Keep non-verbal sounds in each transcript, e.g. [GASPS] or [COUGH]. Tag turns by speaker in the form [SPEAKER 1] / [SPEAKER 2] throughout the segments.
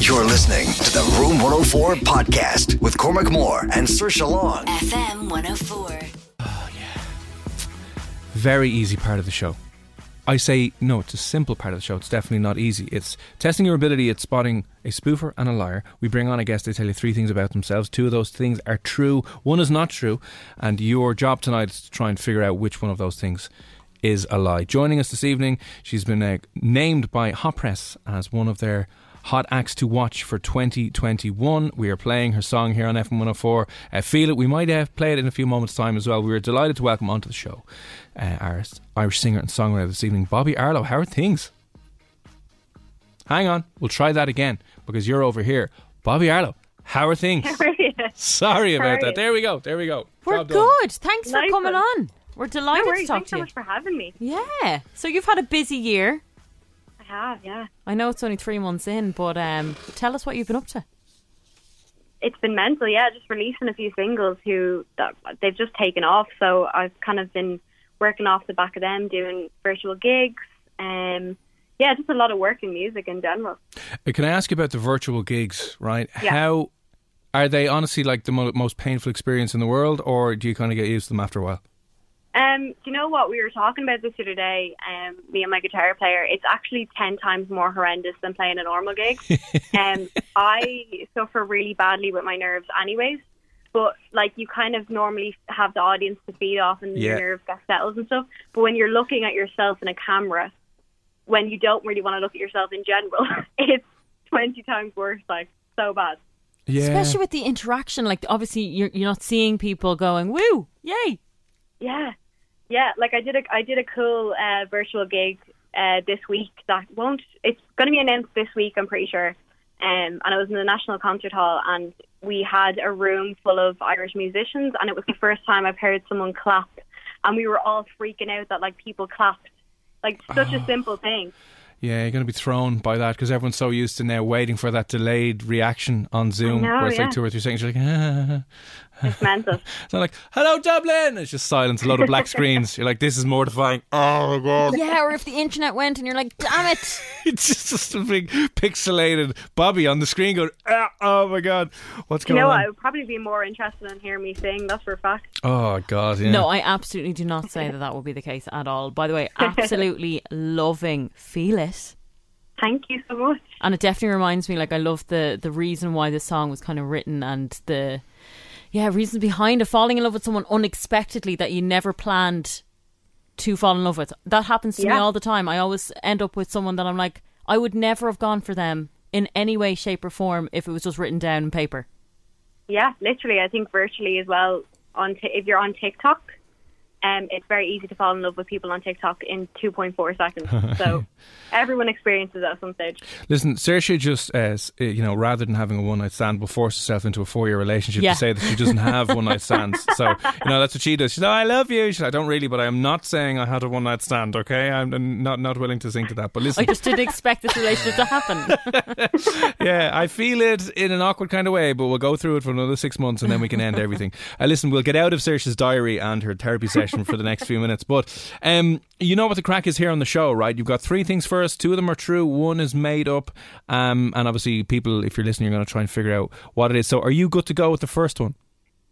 [SPEAKER 1] You're listening to the Room 104 podcast with Cormac Moore and Sir Long.
[SPEAKER 2] FM 104.
[SPEAKER 3] very easy part of the show. I say no, it's a simple part of the show. It's definitely not easy. It's testing your ability at spotting a spoofer and a liar. We bring on a guest, they tell you three things about themselves. Two of those things are true, one is not true, and your job tonight is to try and figure out which one of those things is a lie. Joining us this evening, she's been uh, named by Hot Press as one of their hot acts to watch for 2021. We are playing her song here on FM 104. Uh, Feel it. We might uh, play it in a few moments' time as well. We are delighted to welcome onto the show uh, our Irish singer and songwriter this evening, Bobby Arlo. How are things? Hang on, we'll try that again because you're over here, Bobby Arlo. How are things? Sorry
[SPEAKER 4] How
[SPEAKER 3] about
[SPEAKER 4] are
[SPEAKER 3] that.
[SPEAKER 4] you?
[SPEAKER 3] There we go. There we go.
[SPEAKER 5] We're
[SPEAKER 3] Job done.
[SPEAKER 5] good. Thanks for
[SPEAKER 4] Nice
[SPEAKER 5] coming
[SPEAKER 4] one.
[SPEAKER 5] on. We're
[SPEAKER 4] No
[SPEAKER 5] delighted
[SPEAKER 4] worries.
[SPEAKER 5] to talk
[SPEAKER 4] Thanks
[SPEAKER 5] to
[SPEAKER 4] so
[SPEAKER 5] you.
[SPEAKER 4] much for having me.
[SPEAKER 5] yeah. So you've had a busy year.
[SPEAKER 4] I have, yeah.
[SPEAKER 5] I know it's only three months in, but um, tell us what you've been up to.
[SPEAKER 4] It's been mental, yeah. Just releasing a few singles who that, they've just taken off. So I've kind of been working off the back of them, doing virtual gigs. Um, yeah, just a lot of work in music in general.
[SPEAKER 3] Uh, Can I ask you about the virtual gigs, right?
[SPEAKER 4] Yeah.
[SPEAKER 3] How are they honestly like the mo- most painful experience in the world, or do you kind of get used to them after a while?
[SPEAKER 4] Um, do you know what we were talking about this the other day? Um, me and my guitar player. It's actually ten times more horrendous than playing a normal gig. um, I suffer really badly with my nerves, anyways. But like you kind of normally have the audience to feed off, and
[SPEAKER 3] Yeah.
[SPEAKER 4] your nerves get settled and stuff. But when you're looking at yourself in a camera, when you don't really want to look at yourself in general, [LAUGHS] it's twenty times worse. Like so bad.
[SPEAKER 3] Yeah.
[SPEAKER 5] Especially with the interaction. Like, obviously, you're, you're not seeing people going, woo, yay.
[SPEAKER 4] Yeah, yeah. Like I did a I did a cool uh, virtual gig uh, this week that won't. It's going to be announced this week. I'm pretty sure. Um, and I was in the National Concert Hall, and we had a room full of Irish musicians, and it was the first time I've heard someone clap, and we were all freaking out that like people clapped, like such a simple thing.
[SPEAKER 3] Yeah, you're going to be thrown by that because everyone's so used to now waiting for that delayed reaction on Zoom
[SPEAKER 4] know,
[SPEAKER 3] where it's
[SPEAKER 4] yeah.
[SPEAKER 3] like two or three seconds. You're like, [LAUGHS] ah.
[SPEAKER 4] It's mental.
[SPEAKER 3] it's not like, hello, Dublin. It's just silence, a load of black screens. You're like, this is
[SPEAKER 4] [LAUGHS]
[SPEAKER 3] mortifying. Oh, my God.
[SPEAKER 5] Yeah, or if the internet went and you're like, damn it.
[SPEAKER 3] [LAUGHS] it's just, just a big pixelated Bobby on the screen going, ah, oh, my God. What's
[SPEAKER 4] Do you
[SPEAKER 3] going
[SPEAKER 4] know,
[SPEAKER 3] on?
[SPEAKER 4] what? I would probably be more interested in hearing me sing. That's for a fact.
[SPEAKER 3] Oh, God. Yeah.
[SPEAKER 5] No, I absolutely do not say that that will be the case at all. By the [LAUGHS] way, absolutely loving Feel It.
[SPEAKER 4] Thank you so much.
[SPEAKER 5] and it definitely reminds me like i love the the reason why this song was kind of written and the yeah reasons behind it falling in love with someone unexpectedly that you never planned to fall in love with that happens to me
[SPEAKER 4] Yeah.
[SPEAKER 5] all the time i always end up with someone that i'm like i would never have gone for them in any way shape or form if it was just written down on paper
[SPEAKER 4] Yeah, literally. I think virtually as well. On t- if you're on TikTok, um, it's very easy to fall in love with people on TikTok in
[SPEAKER 3] [LAUGHS]
[SPEAKER 4] 2.4 seconds. So everyone experiences that at some stage.
[SPEAKER 3] Listen, Saoirse just, uh, s- uh, you know, rather than having a one night stand, will force herself into a four year relationship
[SPEAKER 5] Yeah.
[SPEAKER 3] to say that she doesn't have one night stands. So, you know, that's what she does. She's like, "Oh, I love you. She's like, I don't really, but I am not saying I had a one night stand, okay? I'm- I'm not, not willing to sink to that. But
[SPEAKER 5] i
[SPEAKER 3] listen,
[SPEAKER 5] just didn't expect this relationship to happen
[SPEAKER 3] yeah, I feel it in an awkward kind of way, but we'll go through it for another six months and then we can end everything. Uh, listen, we'll get out of Saoirse's diary and her therapy session for the next few minutes, but um, you know what the crack is here on the show, right? You've got three things for us. Two of them are true, one is made up, um, and obviously, people, if you're listening, you're going to try and figure out what it is. So, are you good to go with the first one?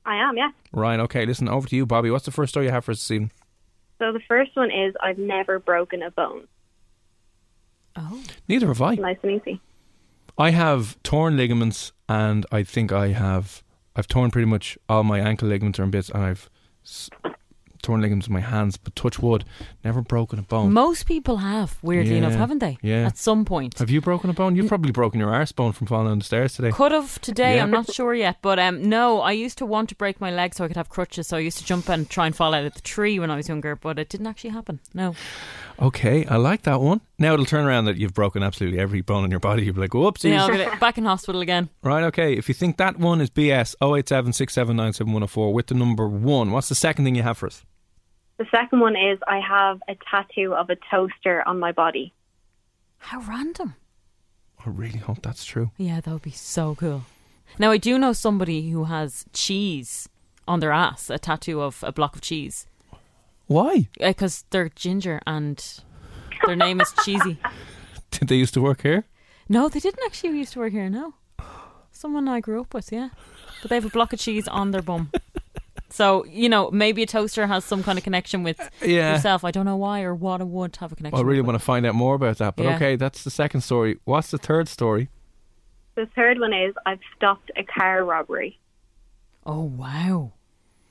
[SPEAKER 4] I am, yeah.
[SPEAKER 3] Ryan, okay, listen, over to you, Bobby. What's the first story you have for us this evening?
[SPEAKER 4] So the first one is I've never broken a bone.
[SPEAKER 5] Oh,
[SPEAKER 3] Neither have I.
[SPEAKER 4] Nice and easy.
[SPEAKER 3] I have torn ligaments, and I think I have I've torn pretty much all my ankle ligaments are in bits, and I've s- torn ligaments in my hands. But touch wood, never broken a bone.
[SPEAKER 5] most people have weirdly enough,
[SPEAKER 3] Yeah,
[SPEAKER 5] haven't they?
[SPEAKER 3] yeah.
[SPEAKER 5] At some point,
[SPEAKER 3] have you broken a bone? You've probably broken your arse bone from falling down the stairs today.
[SPEAKER 5] could have today.
[SPEAKER 3] Yeah.
[SPEAKER 5] I'm not sure yet, but um, no, I used to want to break my leg so I could have crutches. So I used to jump and try and fall out of the tree when I was younger, but it didn't actually happen. No,
[SPEAKER 3] Okay, I like that one. Now it'll turn around that you've broken absolutely every bone in your body. You'll be like, whoopsies.
[SPEAKER 5] yeah, I'll get it- back in hospital again.
[SPEAKER 3] Right, okay. If you think that one is oh BS, 087 with the number one. What's the second thing you have for us?
[SPEAKER 4] The second one is I have a tattoo of a toaster on my body.
[SPEAKER 5] How random.
[SPEAKER 3] I really hope that's true.
[SPEAKER 5] Yeah, that would be so cool. Now I do know somebody who has cheese on their ass, a tattoo of a block of cheese,
[SPEAKER 3] Why?
[SPEAKER 5] because they're ginger and their name is cheesy.
[SPEAKER 3] [LAUGHS] Did they used to work here?
[SPEAKER 5] No, they didn't actually used to work here. No, someone I grew up with, yeah, but they have a block of cheese on their
[SPEAKER 3] [LAUGHS]
[SPEAKER 5] bum. So you know, maybe a toaster has some kind of connection with
[SPEAKER 3] yeah.
[SPEAKER 5] yourself. I don't know why or what it would have a connection.
[SPEAKER 3] I Eh. really
[SPEAKER 5] with.
[SPEAKER 3] want to find out more about that. But
[SPEAKER 5] Yeah.
[SPEAKER 3] okay, that's the second story. What's the third story?
[SPEAKER 4] The third one is I've stopped a car robbery.
[SPEAKER 5] Oh wow!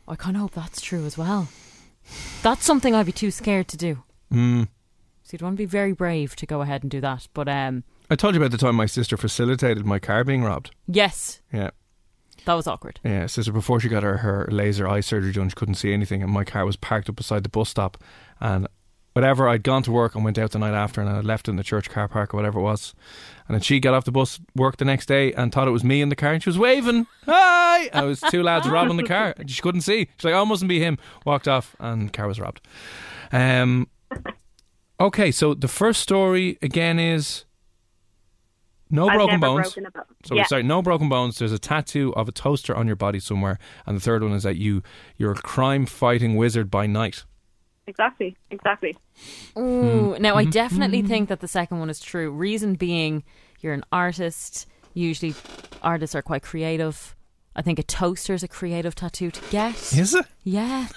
[SPEAKER 5] I kind of hope that's true as well. That's something I'd be too scared to do.
[SPEAKER 3] Hmm.
[SPEAKER 5] So you'd want to be very brave to go ahead and do that. But um,
[SPEAKER 3] I told you about the time my sister facilitated my car being robbed.
[SPEAKER 5] yes,
[SPEAKER 3] Yeah.
[SPEAKER 5] that was awkward.
[SPEAKER 3] Yeah, sister, before she got her, her laser eye surgery done, she couldn't see anything, and my car was parked up beside the bus stop. And whatever, I'd gone to work and went out the night after, and I left it in the church car park or whatever it was. And then she got off the bus, worked the next day, and thought it was me in the car, and she was waving, Hi! And it was two lads
[SPEAKER 4] [LAUGHS]
[SPEAKER 3] robbing the car. and She couldn't see. She's like, Oh, it mustn't be him. Walked off, and the car was robbed. Um, okay, so the first story again is no
[SPEAKER 4] I've
[SPEAKER 3] broken
[SPEAKER 4] never
[SPEAKER 3] bones.
[SPEAKER 4] broken a bone.
[SPEAKER 3] So
[SPEAKER 4] yeah.
[SPEAKER 3] sorry, no broken bones. There's a tattoo of a toaster on your body somewhere, and the third one is that you you're a crime fighting wizard by night.
[SPEAKER 4] Exactly. Exactly.
[SPEAKER 5] Ooh, now I definitely think that the second one is true. Reason being, you're an artist. Usually, artists are quite creative. I think a toaster is a creative tattoo to get.
[SPEAKER 3] it
[SPEAKER 5] Yeah,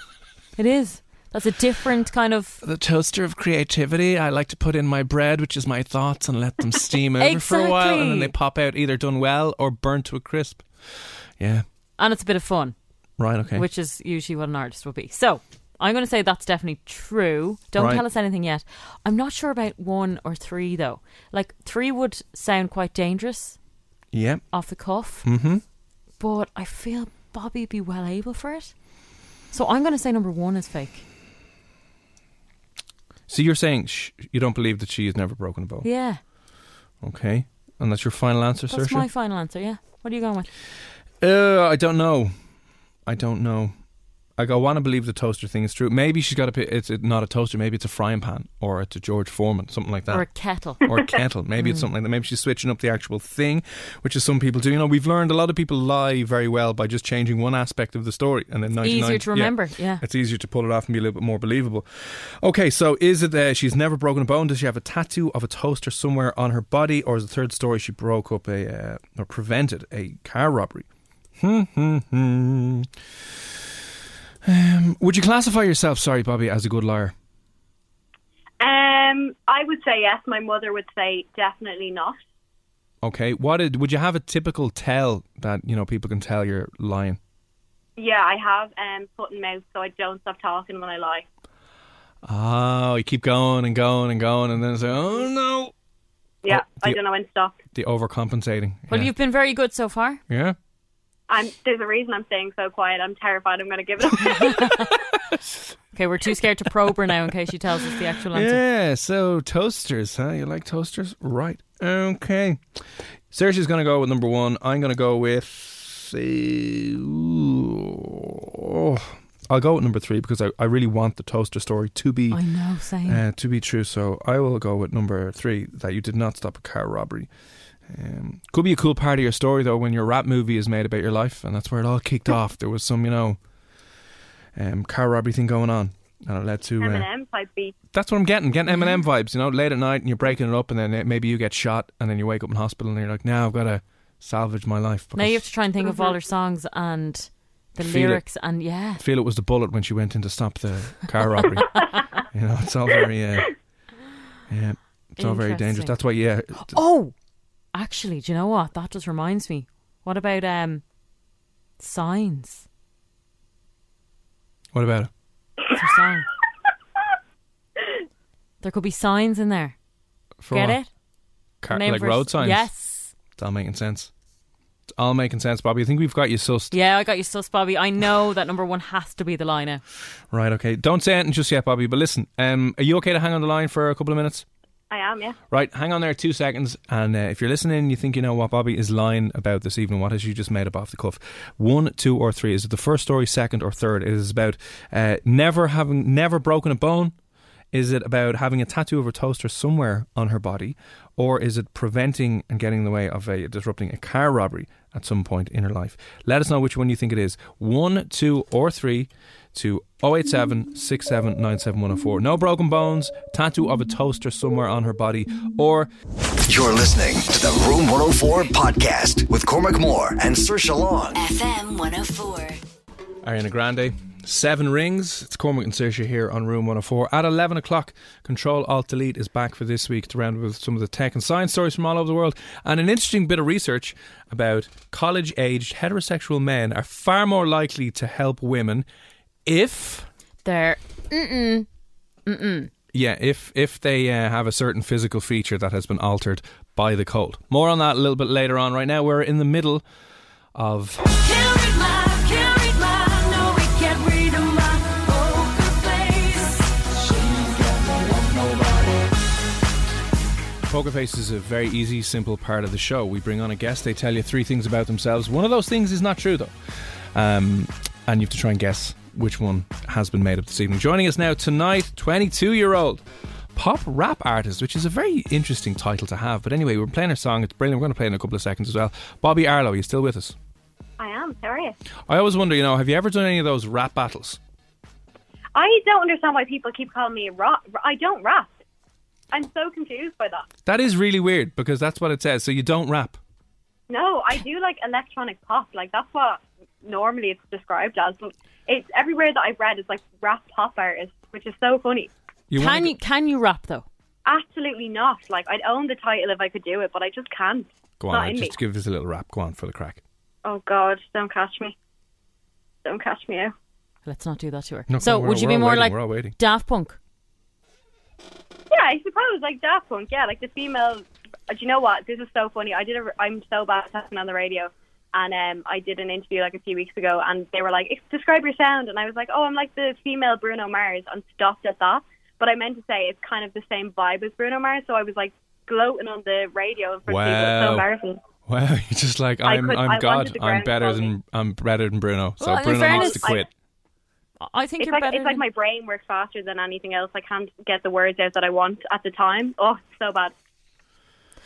[SPEAKER 5] it is. That's a different kind of.
[SPEAKER 3] the toaster of creativity? I like to put in my bread, which is my thoughts, and let them
[SPEAKER 5] [LAUGHS]
[SPEAKER 3] steam over for a while, and then they
[SPEAKER 5] Exactly.
[SPEAKER 3] pop out either done well or burnt to a crisp. Yeah,
[SPEAKER 5] And it's a bit of fun,
[SPEAKER 3] right. Okay.
[SPEAKER 5] which is usually what an artist would be. So I'm going to say that's definitely true. Don't
[SPEAKER 3] Right.
[SPEAKER 5] tell us anything yet. I'm not sure about one or three, though. Like, three would sound quite dangerous
[SPEAKER 3] yeah.
[SPEAKER 5] off the cuff.
[SPEAKER 3] Mm-hmm.
[SPEAKER 5] but I feel Bobby'd be well able for it. So I'm going to say number one is fake.
[SPEAKER 3] So you're saying sh- you don't believe that she has never broken a bone?
[SPEAKER 5] Yeah,
[SPEAKER 3] Okay, and that's your final answer,
[SPEAKER 5] that's
[SPEAKER 3] Saoirse?
[SPEAKER 5] my final answer. Yeah, what are you going with?
[SPEAKER 3] Uh, I don't know. I don't know. Like, I want to believe the toaster thing is true. Maybe she's got a. pi- It's not a toaster. Maybe it's a frying pan, or it's a George Foreman, something like that,
[SPEAKER 5] Or
[SPEAKER 3] [LAUGHS]
[SPEAKER 5] a kettle?
[SPEAKER 3] Or a kettle. Maybe
[SPEAKER 5] Hmm.
[SPEAKER 3] it's something like that. Maybe she's switching up the actual thing, which is some people do. You know, we've learned a lot of people lie very well by just changing one aspect of the story, and then 99
[SPEAKER 5] Easier to
[SPEAKER 3] yeah.
[SPEAKER 5] remember. Yeah.
[SPEAKER 3] It's easier to pull it off and be a little bit more believable. Okay, so is it uh, she's never broken a bone? Does she have a tattoo of a toaster somewhere on her body? Or is the third story she broke up a uh, or prevented a car robbery? Hmm, hmm, hmm. Um, would you classify yourself, sorry, Bobby, as a good liar?
[SPEAKER 4] Um, I would say yes. My mother would say definitely not.
[SPEAKER 3] Okay, what did, would you have a typical tell that you know people can tell you're lying?
[SPEAKER 4] Yeah, I have um, foot and mouth, so I don't stop talking when I lie.
[SPEAKER 3] Oh, you keep going and going and going, and then it's like, oh no,
[SPEAKER 4] Yeah,
[SPEAKER 3] Oh,
[SPEAKER 4] I
[SPEAKER 3] the-
[SPEAKER 4] don't know when to stop.
[SPEAKER 3] the overcompensating.
[SPEAKER 5] Well,
[SPEAKER 3] yeah.
[SPEAKER 5] you've been very good so far.
[SPEAKER 3] yeah.
[SPEAKER 4] I'm, there's a reason I'm staying so quiet. I'm terrified I'm going to give
[SPEAKER 3] [LAUGHS]
[SPEAKER 4] it up.
[SPEAKER 5] Okay, we're too scared to probe her now in case she tells us the actual answer.
[SPEAKER 3] Yeah, so toasters, huh? You like toasters? Right. Okay. Sergi's going to go with number one. I'm going to go with. uh, ooh. I'll go with number three because I, I really want the toaster story to be
[SPEAKER 5] I know, same.
[SPEAKER 3] uh, to be true. So I will go with number three that you did not stop a car robbery. Um, could be a cool part of your story though when your rap movie is made about your life, and that's where it all kicked off. There was some, you know, um, car robbery thing going on, and it led to. Uh,
[SPEAKER 4] Eminem type beat.
[SPEAKER 3] that's what I'm getting. Getting
[SPEAKER 5] Mm-hmm.
[SPEAKER 3] M&M vibes, you know, late at night and you're breaking it up and then uh, maybe you get shot and then you wake up in hospital and you're like, now I've got to salvage my life.
[SPEAKER 5] now you have
[SPEAKER 3] because
[SPEAKER 5] to try and think of all her songs and the
[SPEAKER 3] Mm-hmm. Feel it.
[SPEAKER 5] lyrics and yeah.
[SPEAKER 3] I feel it was the bullet when
[SPEAKER 5] [LAUGHS]
[SPEAKER 3] she went in to stop the car robbery. you know, it's all very, uh, yeah. It's all very dangerous.
[SPEAKER 5] Interesting.
[SPEAKER 3] That's why, yeah.
[SPEAKER 5] Oh, actually, do you know what? That just reminds me. What about um, signs?
[SPEAKER 3] What about it?
[SPEAKER 5] What's a
[SPEAKER 3] [LAUGHS]
[SPEAKER 5] sign? there could be signs in there.
[SPEAKER 3] For
[SPEAKER 5] Get
[SPEAKER 3] what?
[SPEAKER 5] it?
[SPEAKER 3] Car-
[SPEAKER 5] Name
[SPEAKER 3] Uh, like
[SPEAKER 5] for-
[SPEAKER 3] road signs.
[SPEAKER 5] Yes.
[SPEAKER 3] It's all making sense. It's all making sense, Bobby. I think we've got you sussed.
[SPEAKER 5] Yeah, I got you sus, Bobby. I know that number one has to be the line out.
[SPEAKER 3] Right, okay. Don't say anything just yet, Bobby, but listen, um, are you okay to hang on the line for a couple of minutes?
[SPEAKER 4] I am, yeah.
[SPEAKER 3] Right, hang on there two seconds. And uh, if you're listening and you think you know what Bobby is lying about this evening, what has she just made up off the cuff? One, two, or three. Is it the first story, second, or third? It is about uh, never having, never broken a bone. Is it about having a tattoo of a toaster somewhere on her body? Or is it preventing and getting in the way of a disrupting a car robbery at some point in her life? Let us know which one you think it is. One, two, or three to 087 6797104. No broken bones, tattoo of a toaster somewhere on her body, or
[SPEAKER 1] You're listening to the Room 104 podcast with Cormac Moore and Sir Long.
[SPEAKER 2] FM 104.
[SPEAKER 3] Ariana Grande. Seven rings. It's Cormac and Saoirse here on Room 104. At 11 o'clock, Control Alt Delete is back for this week to round with some of the tech and science stories from all over the world and an interesting bit of research about college aged heterosexual men are far more likely to help women if.
[SPEAKER 5] There.
[SPEAKER 3] Yeah, if if they uh, have a certain physical feature that has been altered by the cold. More on that a little bit later on. Right now, we're in the middle of
[SPEAKER 2] Can't read my, can't read my, no, we can't read my poker face.
[SPEAKER 3] Poker Face is a very easy, simple part of the show. We bring on a guest, they tell you three things about themselves. One of those things is not true, though. Um, and you have to try and guess which one has been made up this evening. Joining us now tonight, 22 year old pop rap artist, which is a very interesting title to have. But anyway, we're playing her song. It's brilliant. We're going to play it in a couple of seconds as well. Bobby Arlo, are you still with us?
[SPEAKER 4] I am. How are you?
[SPEAKER 3] I always wonder, you know, have you ever done any of those rap battles?
[SPEAKER 4] I don't understand why people keep calling me rap. I don't rap. I'm so confused by that.
[SPEAKER 3] That is really weird because that's what it says. So you don't rap.
[SPEAKER 4] No, I do like electronic pop. Like that's what normally it's described as. But It's everywhere that I've read is like rap pop artist, which is so funny.
[SPEAKER 3] You wanna
[SPEAKER 5] Can
[SPEAKER 3] go-
[SPEAKER 5] you can you rap though?
[SPEAKER 4] Absolutely not. Like I'd own the title if I could do it, but I just can't.
[SPEAKER 3] Go
[SPEAKER 4] Not
[SPEAKER 3] on,
[SPEAKER 4] in
[SPEAKER 3] just
[SPEAKER 4] me.
[SPEAKER 3] give us a little rap. Go on for the crack.
[SPEAKER 4] Oh God, don't catch me. Don't catch me out.
[SPEAKER 5] Let's not do that to her.
[SPEAKER 3] No,
[SPEAKER 5] so
[SPEAKER 3] we're-
[SPEAKER 5] would you
[SPEAKER 3] we're all
[SPEAKER 5] be more
[SPEAKER 3] waiting,
[SPEAKER 5] like
[SPEAKER 3] we're all waiting.
[SPEAKER 5] Daft Punk?
[SPEAKER 4] Yeah, I suppose like Daft Punk. Yeah, like the female. uh, Do you know what? This is so funny. I did. A, I'm so bad at talking on the radio, and um, I did an interview like a few weeks ago, and they were like, "Ex- "Describe your sound," and I was like, "Oh, I'm like the female Bruno Mars," and stopped at that. But I meant to say it's kind of the same vibe as Bruno Mars, so I was like gloating on the radio in front of people. It's
[SPEAKER 3] Wow.
[SPEAKER 4] so embarrassing.
[SPEAKER 3] Wow, [LAUGHS] you're just like
[SPEAKER 4] I
[SPEAKER 3] I'm.
[SPEAKER 4] could- I
[SPEAKER 3] I'm
[SPEAKER 4] wanted
[SPEAKER 3] God.
[SPEAKER 4] the
[SPEAKER 3] I'm
[SPEAKER 4] ground
[SPEAKER 3] better
[SPEAKER 4] quality.
[SPEAKER 3] than I'm better than Bruno. So
[SPEAKER 5] Well, in
[SPEAKER 3] Bruno
[SPEAKER 5] fairness,
[SPEAKER 3] needs to quit.
[SPEAKER 5] I think
[SPEAKER 4] It's
[SPEAKER 5] you're
[SPEAKER 4] like
[SPEAKER 5] better.
[SPEAKER 4] it's like
[SPEAKER 5] than-
[SPEAKER 4] my brain works faster than anything else. I can't get the words out that I want at the time. Oh, it's so bad.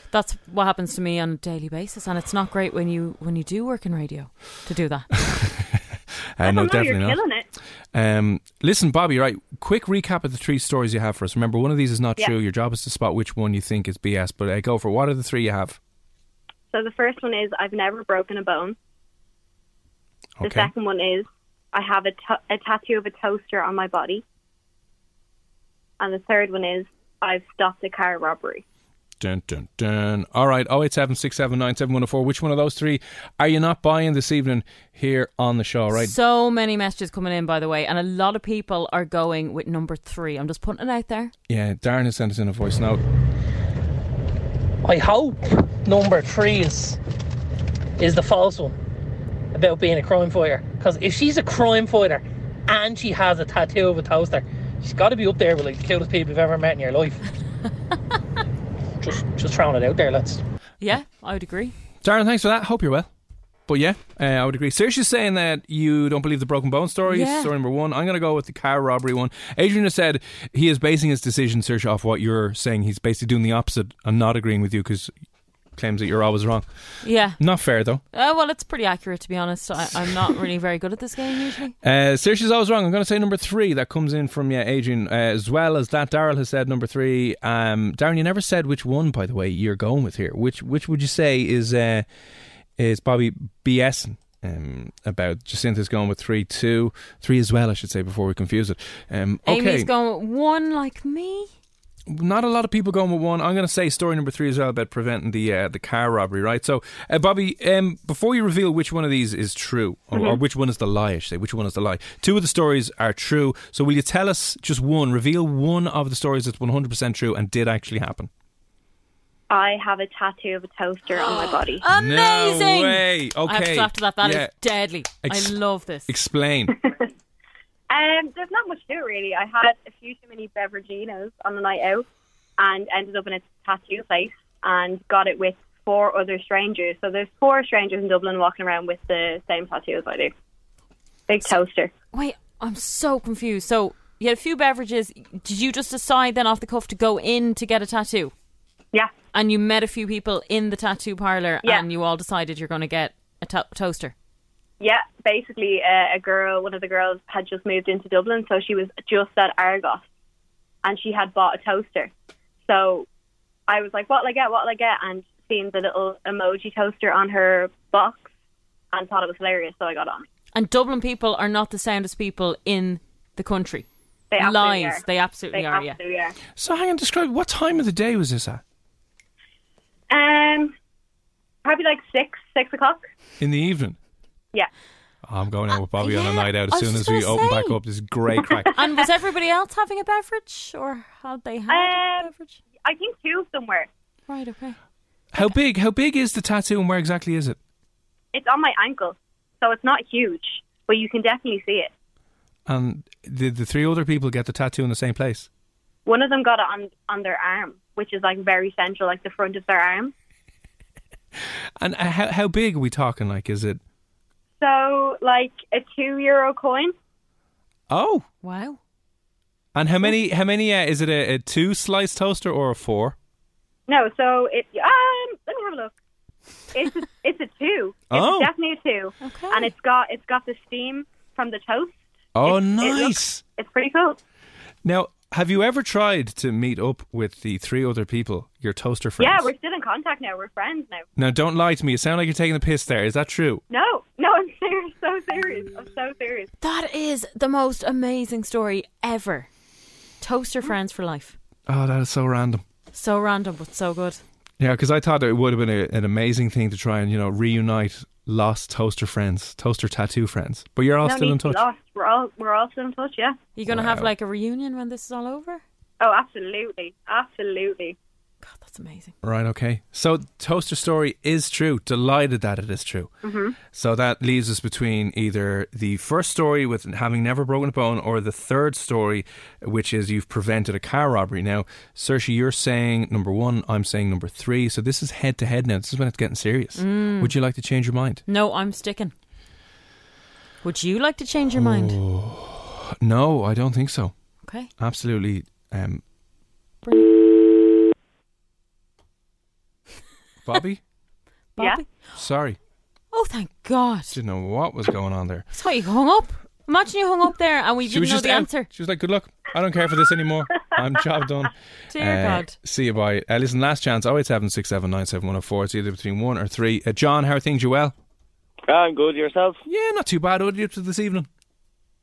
[SPEAKER 5] That's what happens to me on a daily basis, and it's not great when you when you do work in radio to do that.
[SPEAKER 3] Uh, no,
[SPEAKER 4] I don't know,
[SPEAKER 3] definitely
[SPEAKER 4] you're
[SPEAKER 3] not.
[SPEAKER 4] killing it.
[SPEAKER 3] Um, listen, Bobby. Right, quick recap of the three stories you have for us. Remember, one of these is not
[SPEAKER 4] Yeah.
[SPEAKER 3] true. Your job is to spot which one you think is BS. But uh, go for it. what are the three you have?
[SPEAKER 4] So the first one is I've never broken a bone. The
[SPEAKER 3] Okay,
[SPEAKER 4] second one is I have a, t- a tattoo of a toaster on my body. And the third one is I've stopped a car robbery.
[SPEAKER 3] dun dun dun. All right, oh eight seven six seven nine seven one zero four. Which one of those three are you not buying this evening here on the show? All Right,
[SPEAKER 5] So many messages coming in, by the way, and a lot of people are going with number three. I'm just putting it out there.
[SPEAKER 3] yeah. Darren has sent us in a voice note.
[SPEAKER 6] I hope number three is is the false one about being a crime fighter. Because if she's a crime fighter and she has a tattoo of a toaster, she's got to be up there with like the cutest people you've ever met in
[SPEAKER 3] [LAUGHS]
[SPEAKER 6] your life. just just throwing it out there, lads.
[SPEAKER 5] Yeah, I would agree.
[SPEAKER 3] Darren, thanks for that. Hope you're well. But yeah, uh, I would agree. Saoirse's saying that you don't believe the broken bone story.
[SPEAKER 5] Yeah.
[SPEAKER 3] Story number one. I'm going to go with the car robbery one. Adrian has said he is basing his decision, Saoirse, off what you're saying. He's basically doing the opposite and not agreeing with you because claims that you're always wrong.
[SPEAKER 5] Yeah.
[SPEAKER 3] Not fair, though.
[SPEAKER 5] Uh, well, it's pretty accurate to be honest. I, I'm not really very good at this game usually.
[SPEAKER 3] Uh, Saoirse's always wrong. I'm going to say number three. That comes in from yeah, Adrian. Uh, as well as that, Daryl has said number three. Um, Darren, you never said which one, by the way, you're going with here. Which which would you say is uh, is Bobby BSing um, about? Jacinta's going with three, two, three as well. I should say before we confuse it. Um, okay,
[SPEAKER 5] Amy's going with one like me.
[SPEAKER 3] not a lot of people going with one. I'm going to say story number three as well about preventing the uh, the car robbery, right? So, uh, Bobby, um, before you reveal which one of these is true or,
[SPEAKER 5] Mm-hmm.
[SPEAKER 3] or which one is the lie, I should say, which one is the lie? Two of the stories are true. So, will you tell us just one? Reveal one of the stories that's 100 percent true and did actually happen.
[SPEAKER 4] I have a tattoo of a toaster on my body.
[SPEAKER 3] No
[SPEAKER 5] Amazing.
[SPEAKER 3] way. Okay.
[SPEAKER 5] I have to go after that. That is
[SPEAKER 3] Yeah.
[SPEAKER 5] deadly.
[SPEAKER 3] Ex-
[SPEAKER 5] I love this. [LAUGHS]
[SPEAKER 3] Explain.
[SPEAKER 4] Um, there's not much to it really. I had a few too many beveraginos on the night out, and ended up in a tattoo place and got it with four other strangers. So there's four strangers in Dublin walking around with the same tattoo as I do. Big toaster.
[SPEAKER 5] Wait, I'm so confused. So you had a few beverages. Did you just decide then off the cuff to go in to get a tattoo?
[SPEAKER 4] Yeah,
[SPEAKER 5] And you met a few people in the tattoo parlor,
[SPEAKER 4] Yeah.
[SPEAKER 5] and you all decided you're going to get a to- toaster.
[SPEAKER 4] yeah. Basically, uh, a girl, one of the girls, had just moved into Dublin, so she was just at Argos, and she had bought a toaster. So I was like, "What'll I get? What'll I get?" And seeing the little emoji toaster on her box, and thought it was hilarious, so I got on.
[SPEAKER 5] And Dublin people are not the soundest people in the country.
[SPEAKER 4] They absolutely
[SPEAKER 5] Lies.
[SPEAKER 4] Are.
[SPEAKER 5] They absolutely are. Yeah.
[SPEAKER 4] absolutely are.
[SPEAKER 3] so, hang on. Describe what time of the day was this at
[SPEAKER 4] Um, probably like six, six o'clock.
[SPEAKER 3] in the evening.
[SPEAKER 4] Yeah.
[SPEAKER 3] I'm going out with Bobby on
[SPEAKER 5] yeah,
[SPEAKER 3] a night out
[SPEAKER 5] I
[SPEAKER 3] as
[SPEAKER 5] was
[SPEAKER 3] soon as
[SPEAKER 5] just
[SPEAKER 3] we
[SPEAKER 5] gonna
[SPEAKER 3] open
[SPEAKER 5] say.
[SPEAKER 3] back up. This is great crack.
[SPEAKER 5] And [LAUGHS] was everybody else having a beverage, or had they had a
[SPEAKER 4] Um,
[SPEAKER 5] beverage?
[SPEAKER 4] I think two somewhere.
[SPEAKER 5] Right. Okay.
[SPEAKER 3] how big? How big is the tattoo, and where exactly is it?
[SPEAKER 4] It's on my ankle, so it's not huge, but you can definitely see it.
[SPEAKER 3] And did the three other people get the tattoo in the same place?
[SPEAKER 4] One of them got it on on their arm, which is like very central, like the front of their arm.
[SPEAKER 3] And uh, how how big are we talking? Like, is it?
[SPEAKER 4] So like a two euro coin.
[SPEAKER 3] Oh,
[SPEAKER 5] Wow.
[SPEAKER 3] and how many? How many? Uh, is it a, a two slice toaster or a four?
[SPEAKER 4] No, so it um. Let me have a look. It's a, [LAUGHS] it's a two. It's
[SPEAKER 3] Oh.
[SPEAKER 4] definitely a two.
[SPEAKER 5] Okay.
[SPEAKER 4] And it's got it's got the steam from the toast.
[SPEAKER 3] Oh,
[SPEAKER 4] It- it
[SPEAKER 3] nice.
[SPEAKER 4] looks- it's pretty cool.
[SPEAKER 3] now, have you ever tried to meet up with the three other people, your toaster friends?
[SPEAKER 4] Yeah, we're still in contact now. We're friends now.
[SPEAKER 3] Now, don't lie to me. You sound like you're taking the piss. There is that true?
[SPEAKER 4] No, no, I'm serious. So serious. I'm so serious.
[SPEAKER 5] That is the most amazing story ever. Toaster friends for life.
[SPEAKER 3] Oh, that is so random.
[SPEAKER 5] So random, but so good.
[SPEAKER 3] Yeah, because I thought it would have been a, an amazing thing to try and you know reunite lost toaster friends, toaster tattoo friends. But you're all
[SPEAKER 4] No
[SPEAKER 3] still
[SPEAKER 4] need
[SPEAKER 3] in
[SPEAKER 4] to be
[SPEAKER 3] touch.
[SPEAKER 4] Lost. We're all we're all still in touch. Yeah.
[SPEAKER 5] you going to have
[SPEAKER 3] Wow.
[SPEAKER 5] like a reunion when this is all over?
[SPEAKER 4] Oh, absolutely, absolutely.
[SPEAKER 5] God, that's amazing.
[SPEAKER 3] Right, okay. So Toaster Story is true. Delighted that it is true. Mm-hmm. So that leaves us between either the first story with having never broken a bone or the third story, which is you've prevented a car robbery. Now, Saoirse, you're saying number one, I'm saying number three. So this is head to head now. This is when it's getting serious.
[SPEAKER 5] Mm.
[SPEAKER 3] Would you like to change your mind?
[SPEAKER 5] No, I'm sticking. Would you like to change your
[SPEAKER 3] Oh.
[SPEAKER 5] mind?
[SPEAKER 3] No, I don't think so.
[SPEAKER 5] Okay.
[SPEAKER 3] Absolutely. Um, Bobby?
[SPEAKER 4] Yeah.
[SPEAKER 5] Bobby?
[SPEAKER 3] Sorry.
[SPEAKER 5] Oh, thank God.
[SPEAKER 3] Didn't know what was going on there.
[SPEAKER 5] I thought you hung up. Imagine you hung up there and we
[SPEAKER 3] She
[SPEAKER 5] didn't
[SPEAKER 3] was
[SPEAKER 5] know
[SPEAKER 3] just
[SPEAKER 5] the
[SPEAKER 3] out.
[SPEAKER 5] answer.
[SPEAKER 3] She was like, "Good luck. I don't care for this anymore.
[SPEAKER 5] [LAUGHS]
[SPEAKER 3] I'm job done."
[SPEAKER 5] Dear
[SPEAKER 3] Uh,
[SPEAKER 5] God.
[SPEAKER 3] See you bye. Uh, listen, last chance. Oh eight seven six seven nine seven one zero four. It's either between one or three. Uh, John, how are things? You well?
[SPEAKER 7] Ah, I'm good. Yourself?
[SPEAKER 3] Yeah, not too bad. What are you up to this evening?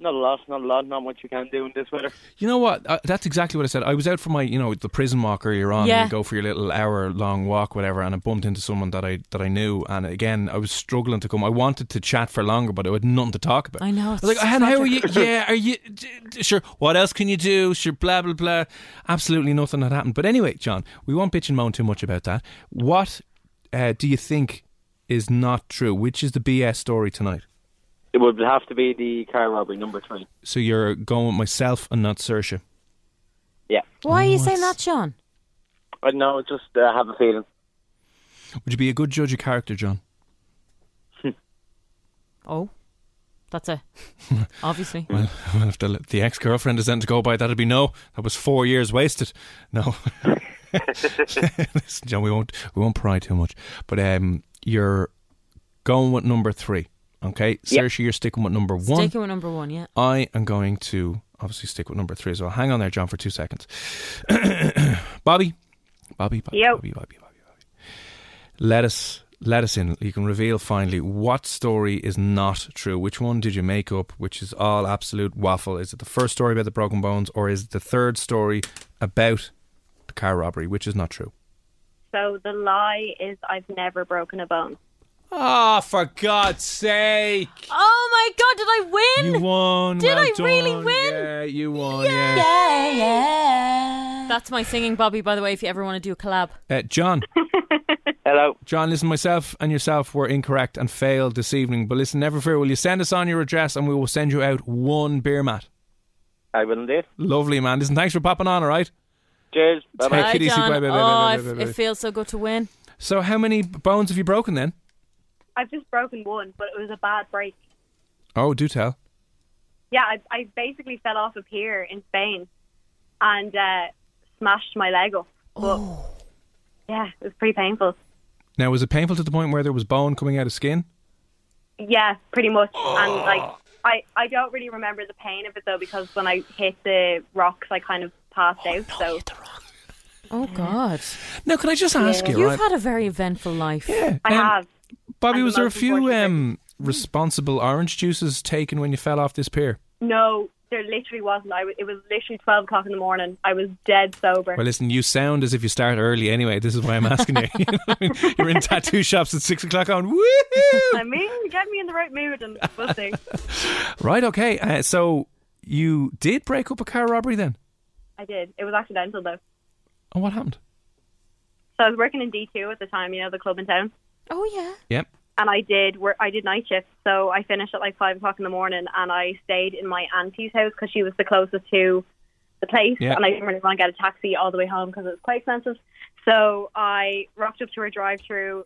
[SPEAKER 7] Not a lot. Not a lot. Not much you can do in this weather.
[SPEAKER 3] You know what? Uh, that's exactly what I said. I was out for my, you know, the prison walk earlier on.
[SPEAKER 5] Yeah.
[SPEAKER 3] You go for your little hour long walk, whatever, and I bumped into someone that I that I knew. And again, I was struggling to come. I wanted to chat for longer, but I had nothing to talk about.
[SPEAKER 5] I know,
[SPEAKER 3] I was like,
[SPEAKER 5] it's
[SPEAKER 3] "Hen, how are you?
[SPEAKER 5] [LAUGHS] tragic."
[SPEAKER 3] Yeah, are you? d- d- Sure. What else can you do? Sure. Blah blah blah. Absolutely nothing had happened. But anyway, John, we won't bitch and moan too much about that. What uh, do you think is not true? Which is the BS story tonight?
[SPEAKER 7] It would have to be the car robbery number three.
[SPEAKER 3] So you're going with myself and not Sersha.
[SPEAKER 7] Yeah.
[SPEAKER 5] Why are you
[SPEAKER 3] Oh,
[SPEAKER 5] saying
[SPEAKER 3] it's-
[SPEAKER 5] that, John?
[SPEAKER 7] I don't know. Just uh, have a feeling.
[SPEAKER 3] Would you be a good judge of character, John?
[SPEAKER 5] Oh, that's
[SPEAKER 3] [LAUGHS]
[SPEAKER 5] a. Obviously.
[SPEAKER 3] Well, [LAUGHS] well if the, the ex girlfriend is then to go by, that'd be no. That was four years wasted. No, listen, John, we won't we won't pry too much. But um, you're going with number three, okay? Saoirse, you're sticking with number one.
[SPEAKER 5] Sticking with number one, yeah.
[SPEAKER 3] I am going to obviously stick with number three as well. Hang on there, John, for two seconds. [COUGHS] Bobby, Bobby, Bobby,
[SPEAKER 4] Yo.
[SPEAKER 3] Bobby, Bobby, Bobby, Bobby. Let us let us in. You can reveal finally what story is not true. Which one did you make up? Which is all absolute waffle? Is it the first story about the broken bones, or is it the third story about not car robbery, which is not true.
[SPEAKER 4] So the lie is I've never broken a bone.
[SPEAKER 3] Oh, for God's sake!
[SPEAKER 5] Oh my god, did I win?
[SPEAKER 3] You won.
[SPEAKER 5] Did
[SPEAKER 3] well
[SPEAKER 5] I really
[SPEAKER 3] done.
[SPEAKER 5] win?
[SPEAKER 3] Yeah, you won. Yeah.
[SPEAKER 5] That's my singing, Bobby, by the way, if you ever want to do a collab.
[SPEAKER 3] Uh, John,
[SPEAKER 7] [LAUGHS] Hello.
[SPEAKER 3] John, listen, myself and yourself were incorrect and failed this evening. But listen, never fear. Will you send us on your address and we will send you out one beer mat?
[SPEAKER 7] I will indeed.
[SPEAKER 3] Lovely, man. Listen, thanks for popping on, all right?
[SPEAKER 7] Cheers. Bye bye.
[SPEAKER 3] Take it easy.
[SPEAKER 5] John.
[SPEAKER 3] Bye, bye, bye, bye,
[SPEAKER 5] oh,
[SPEAKER 3] bye,
[SPEAKER 5] I-
[SPEAKER 3] bye, bye, bye.
[SPEAKER 5] it feels so good to win.
[SPEAKER 3] So, how many bones have you broken then?
[SPEAKER 4] I've just broken one, but it was a bad break.
[SPEAKER 3] Oh, do tell.
[SPEAKER 4] Yeah, I, I basically fell off a pier in Spain and uh, smashed my leg up. But yeah, it was pretty painful.
[SPEAKER 3] Now, was it painful to the point where there was bone coming out of skin?
[SPEAKER 4] Yeah, pretty much. And like, I, I don't really remember the pain of it though because when I hit the rocks, I kind of passed out. so
[SPEAKER 5] Oh god.
[SPEAKER 3] Now, can I just ask you,
[SPEAKER 5] You've
[SPEAKER 3] right?
[SPEAKER 5] had a very eventful life.
[SPEAKER 3] yeah.
[SPEAKER 4] I
[SPEAKER 3] um,
[SPEAKER 4] have.
[SPEAKER 3] Bobby,
[SPEAKER 4] I'm
[SPEAKER 3] was
[SPEAKER 4] the
[SPEAKER 3] there a
[SPEAKER 4] most
[SPEAKER 3] few
[SPEAKER 4] unfortunate
[SPEAKER 3] um, responsible orange juices taken when you fell off this pier?
[SPEAKER 4] No, there literally wasn't. I w- it was literally twelve o'clock in the morning. I was dead sober.
[SPEAKER 3] Well, listen, you sound as if you start early anyway. This is why I'm asking you. [LAUGHS] You know what I mean? You're in tattoo shops at six o'clock on woohoo!
[SPEAKER 4] I mean, get me in the right mood and we'll see.
[SPEAKER 3] [LAUGHS] Right, okay. Uh, so you did break up a car robbery then?
[SPEAKER 4] I did. It was accidental though.
[SPEAKER 3] And what happened?
[SPEAKER 4] So I was working in D two at the time, you know, the club in town,
[SPEAKER 5] Oh yeah.
[SPEAKER 3] Yep.
[SPEAKER 4] and I did work. I did night shifts, so I finished at like five o'clock in the morning, and I stayed in my auntie's house because she was the closest to the place,
[SPEAKER 3] Yeah.
[SPEAKER 4] and I didn't really want to get a taxi all the way home because it was quite expensive. So I rocked up to her drive-through,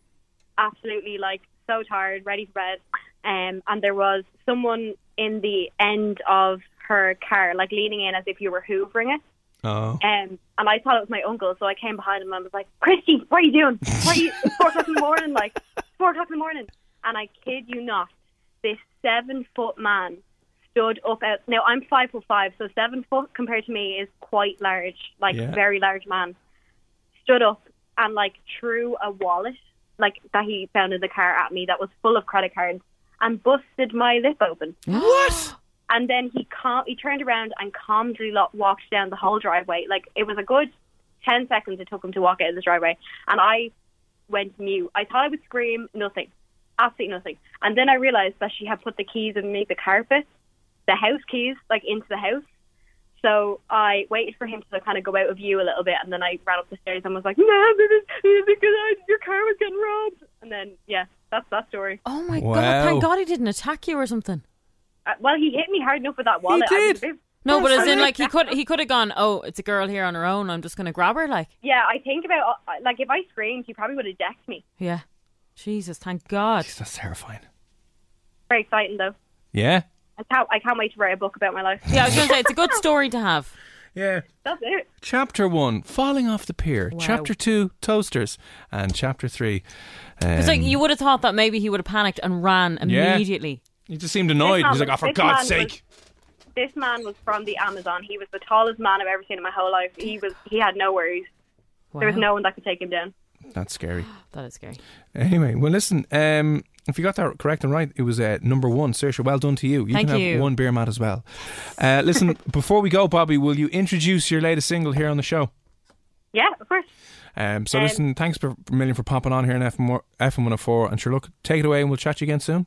[SPEAKER 4] absolutely like so tired, ready for bed, um, and there was someone in the end of her car, like leaning in as if you were hoovering it.
[SPEAKER 3] Oh.
[SPEAKER 4] Um, and I thought it was my uncle, so I came behind him and was like, Christy, what are you doing? What are you, it's four o'clock in the morning, like, it's four o'clock in the morning. And I kid you not, this seven foot man stood up out. Now, I'm five foot five, so seven foot compared to me is quite large, like,
[SPEAKER 3] Yeah.
[SPEAKER 4] very large man. Stood up and, like, threw a wallet, like, that he found in the car at me that was full of credit cards and busted my lip open.
[SPEAKER 5] What?
[SPEAKER 4] And then he cal- he turned around and calmly lo- walked down the whole driveway. Like it was a good ten seconds it took him to walk out of the driveway, and I went mute. I thought I would scream, nothing, absolutely nothing. And then I realized that she had put the keys underneath the carpet, the house keys, like into the house. So I waited for him to kind of go out of view a little bit, and then I ran up the stairs and was like, "No, this is, this is good. Your car was getting robbed." And then yeah, that's that story.
[SPEAKER 5] Oh my
[SPEAKER 3] Wow.
[SPEAKER 5] god, thank God he didn't attack you or something.
[SPEAKER 4] Uh, well, he hit me hard enough with that wallet. I was
[SPEAKER 3] did.
[SPEAKER 4] a bit-
[SPEAKER 5] No, but as in
[SPEAKER 4] I-
[SPEAKER 5] like he
[SPEAKER 4] [LAUGHS]
[SPEAKER 5] could he could have gone, Oh, it's a girl here on her own, I'm just gonna grab her like
[SPEAKER 4] Yeah, I think about uh, like if I screamed, he probably would have decked me.
[SPEAKER 5] Yeah. Jesus, thank God.
[SPEAKER 3] Jeez, that's terrifying.
[SPEAKER 4] Very exciting though.
[SPEAKER 3] Yeah?
[SPEAKER 4] I can't. I can't wait to write a book about my life.
[SPEAKER 5] Yeah, I was gonna say it's a good story to have.
[SPEAKER 3] Yeah.
[SPEAKER 4] [LAUGHS] That's it.
[SPEAKER 3] Chapter one, falling off the pier.
[SPEAKER 5] Wow.
[SPEAKER 3] Chapter two, toasters. And chapter three, um,
[SPEAKER 5] It's like you would have thought that maybe he would have panicked and ran
[SPEAKER 3] Yeah.
[SPEAKER 5] immediately.
[SPEAKER 3] he just seemed annoyed.
[SPEAKER 4] This
[SPEAKER 3] He's like,
[SPEAKER 4] man-
[SPEAKER 3] oh, for
[SPEAKER 4] this
[SPEAKER 3] God's
[SPEAKER 4] man was-
[SPEAKER 3] sake.
[SPEAKER 4] This man was from the Amazon. He was the tallest man I've ever seen in my whole life. He was. He had no worries. There was
[SPEAKER 5] Wow.
[SPEAKER 4] no one that could take him down.
[SPEAKER 3] That's scary.
[SPEAKER 5] That is scary.
[SPEAKER 3] Anyway, well, listen. Um, if you got that correct and right, it was uh, number one. Saoirse, well done to you. You
[SPEAKER 5] Thank
[SPEAKER 3] can have
[SPEAKER 5] you.
[SPEAKER 3] one beer mat as well. Uh, listen,
[SPEAKER 5] [LAUGHS]
[SPEAKER 3] before we go, Bobby, will you introduce your latest single here on the show?
[SPEAKER 4] Yeah, of course.
[SPEAKER 3] Um, so,
[SPEAKER 4] Um,
[SPEAKER 3] listen, thanks for, a million for popping on here on FM, one- FM 104. And sure, look, take it away and we'll chat to you again soon.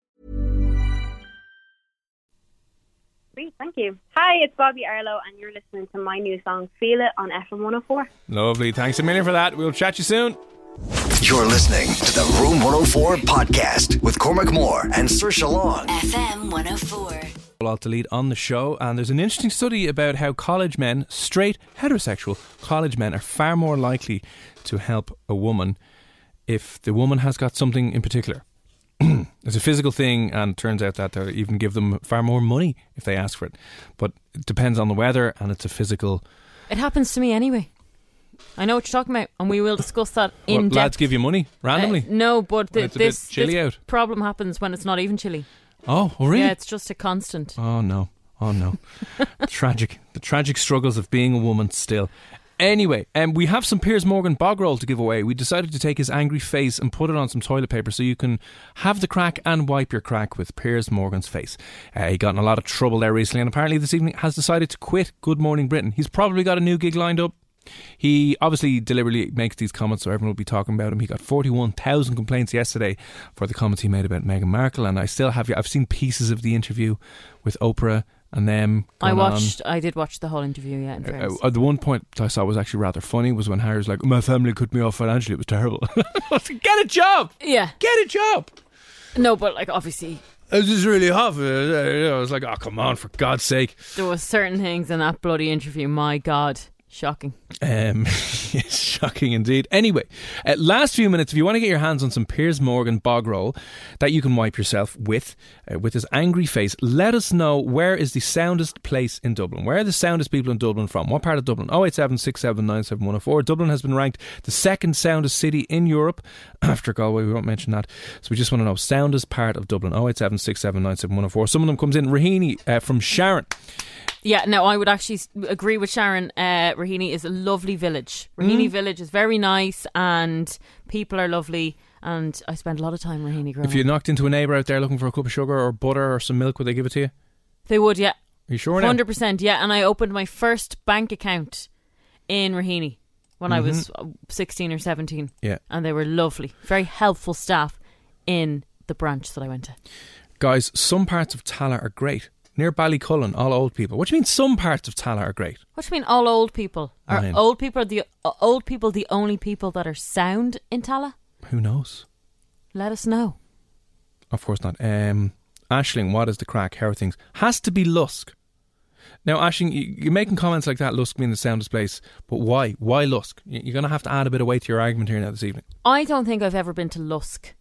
[SPEAKER 4] Sweet, thank you. Hi, it's Bobby Arlo, and you're listening to my new song, Feel It, on FM 104.
[SPEAKER 3] Lovely. Thanks a million for that. We'll chat you soon.
[SPEAKER 1] You're listening to the Room 104 podcast with Cormac Moore and Sir Long.
[SPEAKER 8] FM 104.
[SPEAKER 3] All to lead on the show, and there's an interesting study about how college men, straight, heterosexual college men, are far more likely to help a woman if the woman has got something in particular. [CLEARS THROAT] it's a physical thing, and it turns out that they'll even give them far more money if they ask for it. But it depends on the weather, and it's a physical.
[SPEAKER 5] It happens to me anyway. I know what you're talking about, and we will discuss that in
[SPEAKER 3] Well,
[SPEAKER 5] depth.
[SPEAKER 3] lads give you money
[SPEAKER 5] Uh,
[SPEAKER 3] randomly.
[SPEAKER 5] no, but
[SPEAKER 3] When
[SPEAKER 5] th-
[SPEAKER 3] it's a bit
[SPEAKER 5] this,
[SPEAKER 3] chilly
[SPEAKER 5] this
[SPEAKER 3] out.
[SPEAKER 5] problem happens when it's not even chilly.
[SPEAKER 3] Oh, oh, really?
[SPEAKER 5] Yeah, it's just a constant.
[SPEAKER 3] Oh no. Oh no. tragic. The tragic struggles of being a woman still. Anyway, um, we have some Piers Morgan bog roll to give away. We decided to take his angry face and put it on some toilet paper so you can have the crack and wipe your crack with Piers Morgan's face. Uh, he got in a lot of trouble there recently and apparently this evening has decided to quit Good Morning Britain. He's probably got a new gig lined up. He obviously deliberately makes these comments so everyone will be talking about him. He got 41,000 complaints yesterday for the comments he made about Meghan Markle, and I still have, I've seen pieces of the interview with Oprah and them.
[SPEAKER 5] I
[SPEAKER 3] going
[SPEAKER 5] watched. I did watch the whole interview. Yeah,
[SPEAKER 3] on.
[SPEAKER 5] in fairness.
[SPEAKER 3] Uh, uh, the one point I saw was actually rather funny was when Harry was like, My family cut me off financially, it was terrible. [LAUGHS] Get a job.
[SPEAKER 5] Yeah.
[SPEAKER 3] Get a job.
[SPEAKER 5] No, but like obviously
[SPEAKER 3] this is really half. I was like, Oh, come on, for God's sake.
[SPEAKER 5] there were certain things in that bloody interview. My God, shocking.
[SPEAKER 3] Um, [LAUGHS] yes, shocking indeed. Anyway, uh, last few minutes, if you want to get your hands on some Piers Morgan bog roll that you can wipe yourself with, uh, with his angry face, let us know where is the soundest place in Dublin. Where are the soundest people in Dublin from? What part of Dublin? 087 6797104. Dublin has been ranked the second soundest city in Europe [CLEARS THROAT] after Galway. We won't mention that. So we just want to know soundest part of Dublin. 087 6797104. Some of them comes in. Rahini uh, from Sharon.
[SPEAKER 5] Yeah, no, I would actually s- agree with Sharon. Uh, Rahini is a lovely village. Rahini
[SPEAKER 3] Mm.
[SPEAKER 5] village is very nice, and people are lovely. And I spent a lot of time in Rahini growing
[SPEAKER 3] If you
[SPEAKER 5] up.
[SPEAKER 3] knocked into a neighbour out there looking for a cup of sugar or butter or some milk, would they give it to you?
[SPEAKER 5] They would, yeah,
[SPEAKER 3] Are you sure now?
[SPEAKER 5] hundred percent, yeah. And I opened my first bank account in Rahini when I was
[SPEAKER 3] Mm-hmm.
[SPEAKER 5] uh, sixteen or seventeen.
[SPEAKER 3] Yeah.
[SPEAKER 5] and they were lovely, very helpful staff in the branch that I went to.
[SPEAKER 3] Guys, some parts of Tala are great. Near Ballycullen, all old people. What do you mean some parts of Tala are great?
[SPEAKER 5] What do you mean, all old people? Are
[SPEAKER 3] Aye.
[SPEAKER 5] old people the uh, old people the only people that are sound in Tala?
[SPEAKER 3] Who knows?
[SPEAKER 5] Let us know.
[SPEAKER 3] Of course not. Um, Ashling, what is the crack? How are things? Has to be Lusk. Now, Ashling, you- you're making comments like that, Lusk being the soundest place, but why? Why Lusk? You- You're going to have to add a bit of weight to your argument here now this evening.
[SPEAKER 5] I don't think I've ever been to Lusk.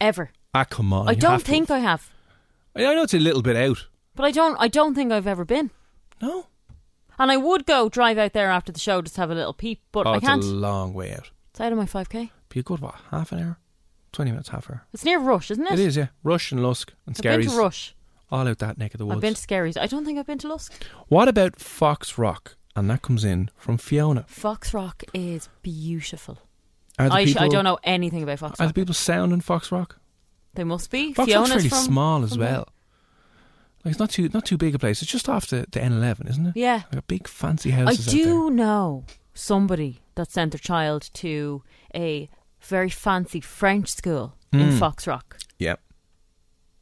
[SPEAKER 5] Ever.
[SPEAKER 3] Ah, come on.
[SPEAKER 5] I
[SPEAKER 3] you
[SPEAKER 5] don't
[SPEAKER 3] have to.
[SPEAKER 5] think I have.
[SPEAKER 3] I I know it's a little bit out.
[SPEAKER 5] But I don't I don't think I've ever been.
[SPEAKER 3] No.
[SPEAKER 5] And I would go drive out there after the show just to have a little peep, but
[SPEAKER 3] oh,
[SPEAKER 5] I
[SPEAKER 3] it's
[SPEAKER 5] can't.
[SPEAKER 3] a long way out.
[SPEAKER 5] It's out of my 5k.
[SPEAKER 3] Be a good, what, half an hour? 20 minutes, half hour.
[SPEAKER 5] It's near Rush, isn't it?
[SPEAKER 3] It is, yeah. Rush and Lusk and
[SPEAKER 5] I've been
[SPEAKER 3] Scaries.
[SPEAKER 5] to Rush.
[SPEAKER 3] All out that neck of the woods.
[SPEAKER 5] I've been to Scaries. I don't think I've been to Lusk.
[SPEAKER 3] What about Fox Rock? And that comes in from Fiona.
[SPEAKER 5] Fox Rock is beautiful.
[SPEAKER 3] Are the
[SPEAKER 5] I, I
[SPEAKER 3] people-
[SPEAKER 5] don't know anything about Fox
[SPEAKER 3] Are
[SPEAKER 5] Rock.
[SPEAKER 3] the people sound in Fox Rock?
[SPEAKER 5] They must be.
[SPEAKER 3] Fox
[SPEAKER 5] Fiona's
[SPEAKER 3] Rock's fairly
[SPEAKER 5] from-
[SPEAKER 3] small as
[SPEAKER 5] from there.
[SPEAKER 3] well. Like it's not too not too big a place. It's just off the, the N11, isn't it?
[SPEAKER 5] Yeah.
[SPEAKER 3] Like a big fancy houses
[SPEAKER 5] I
[SPEAKER 3] out there.
[SPEAKER 5] do know somebody that sent their child to a very fancy French school in
[SPEAKER 3] Mm.
[SPEAKER 5] Fox Rock.
[SPEAKER 3] Yeah.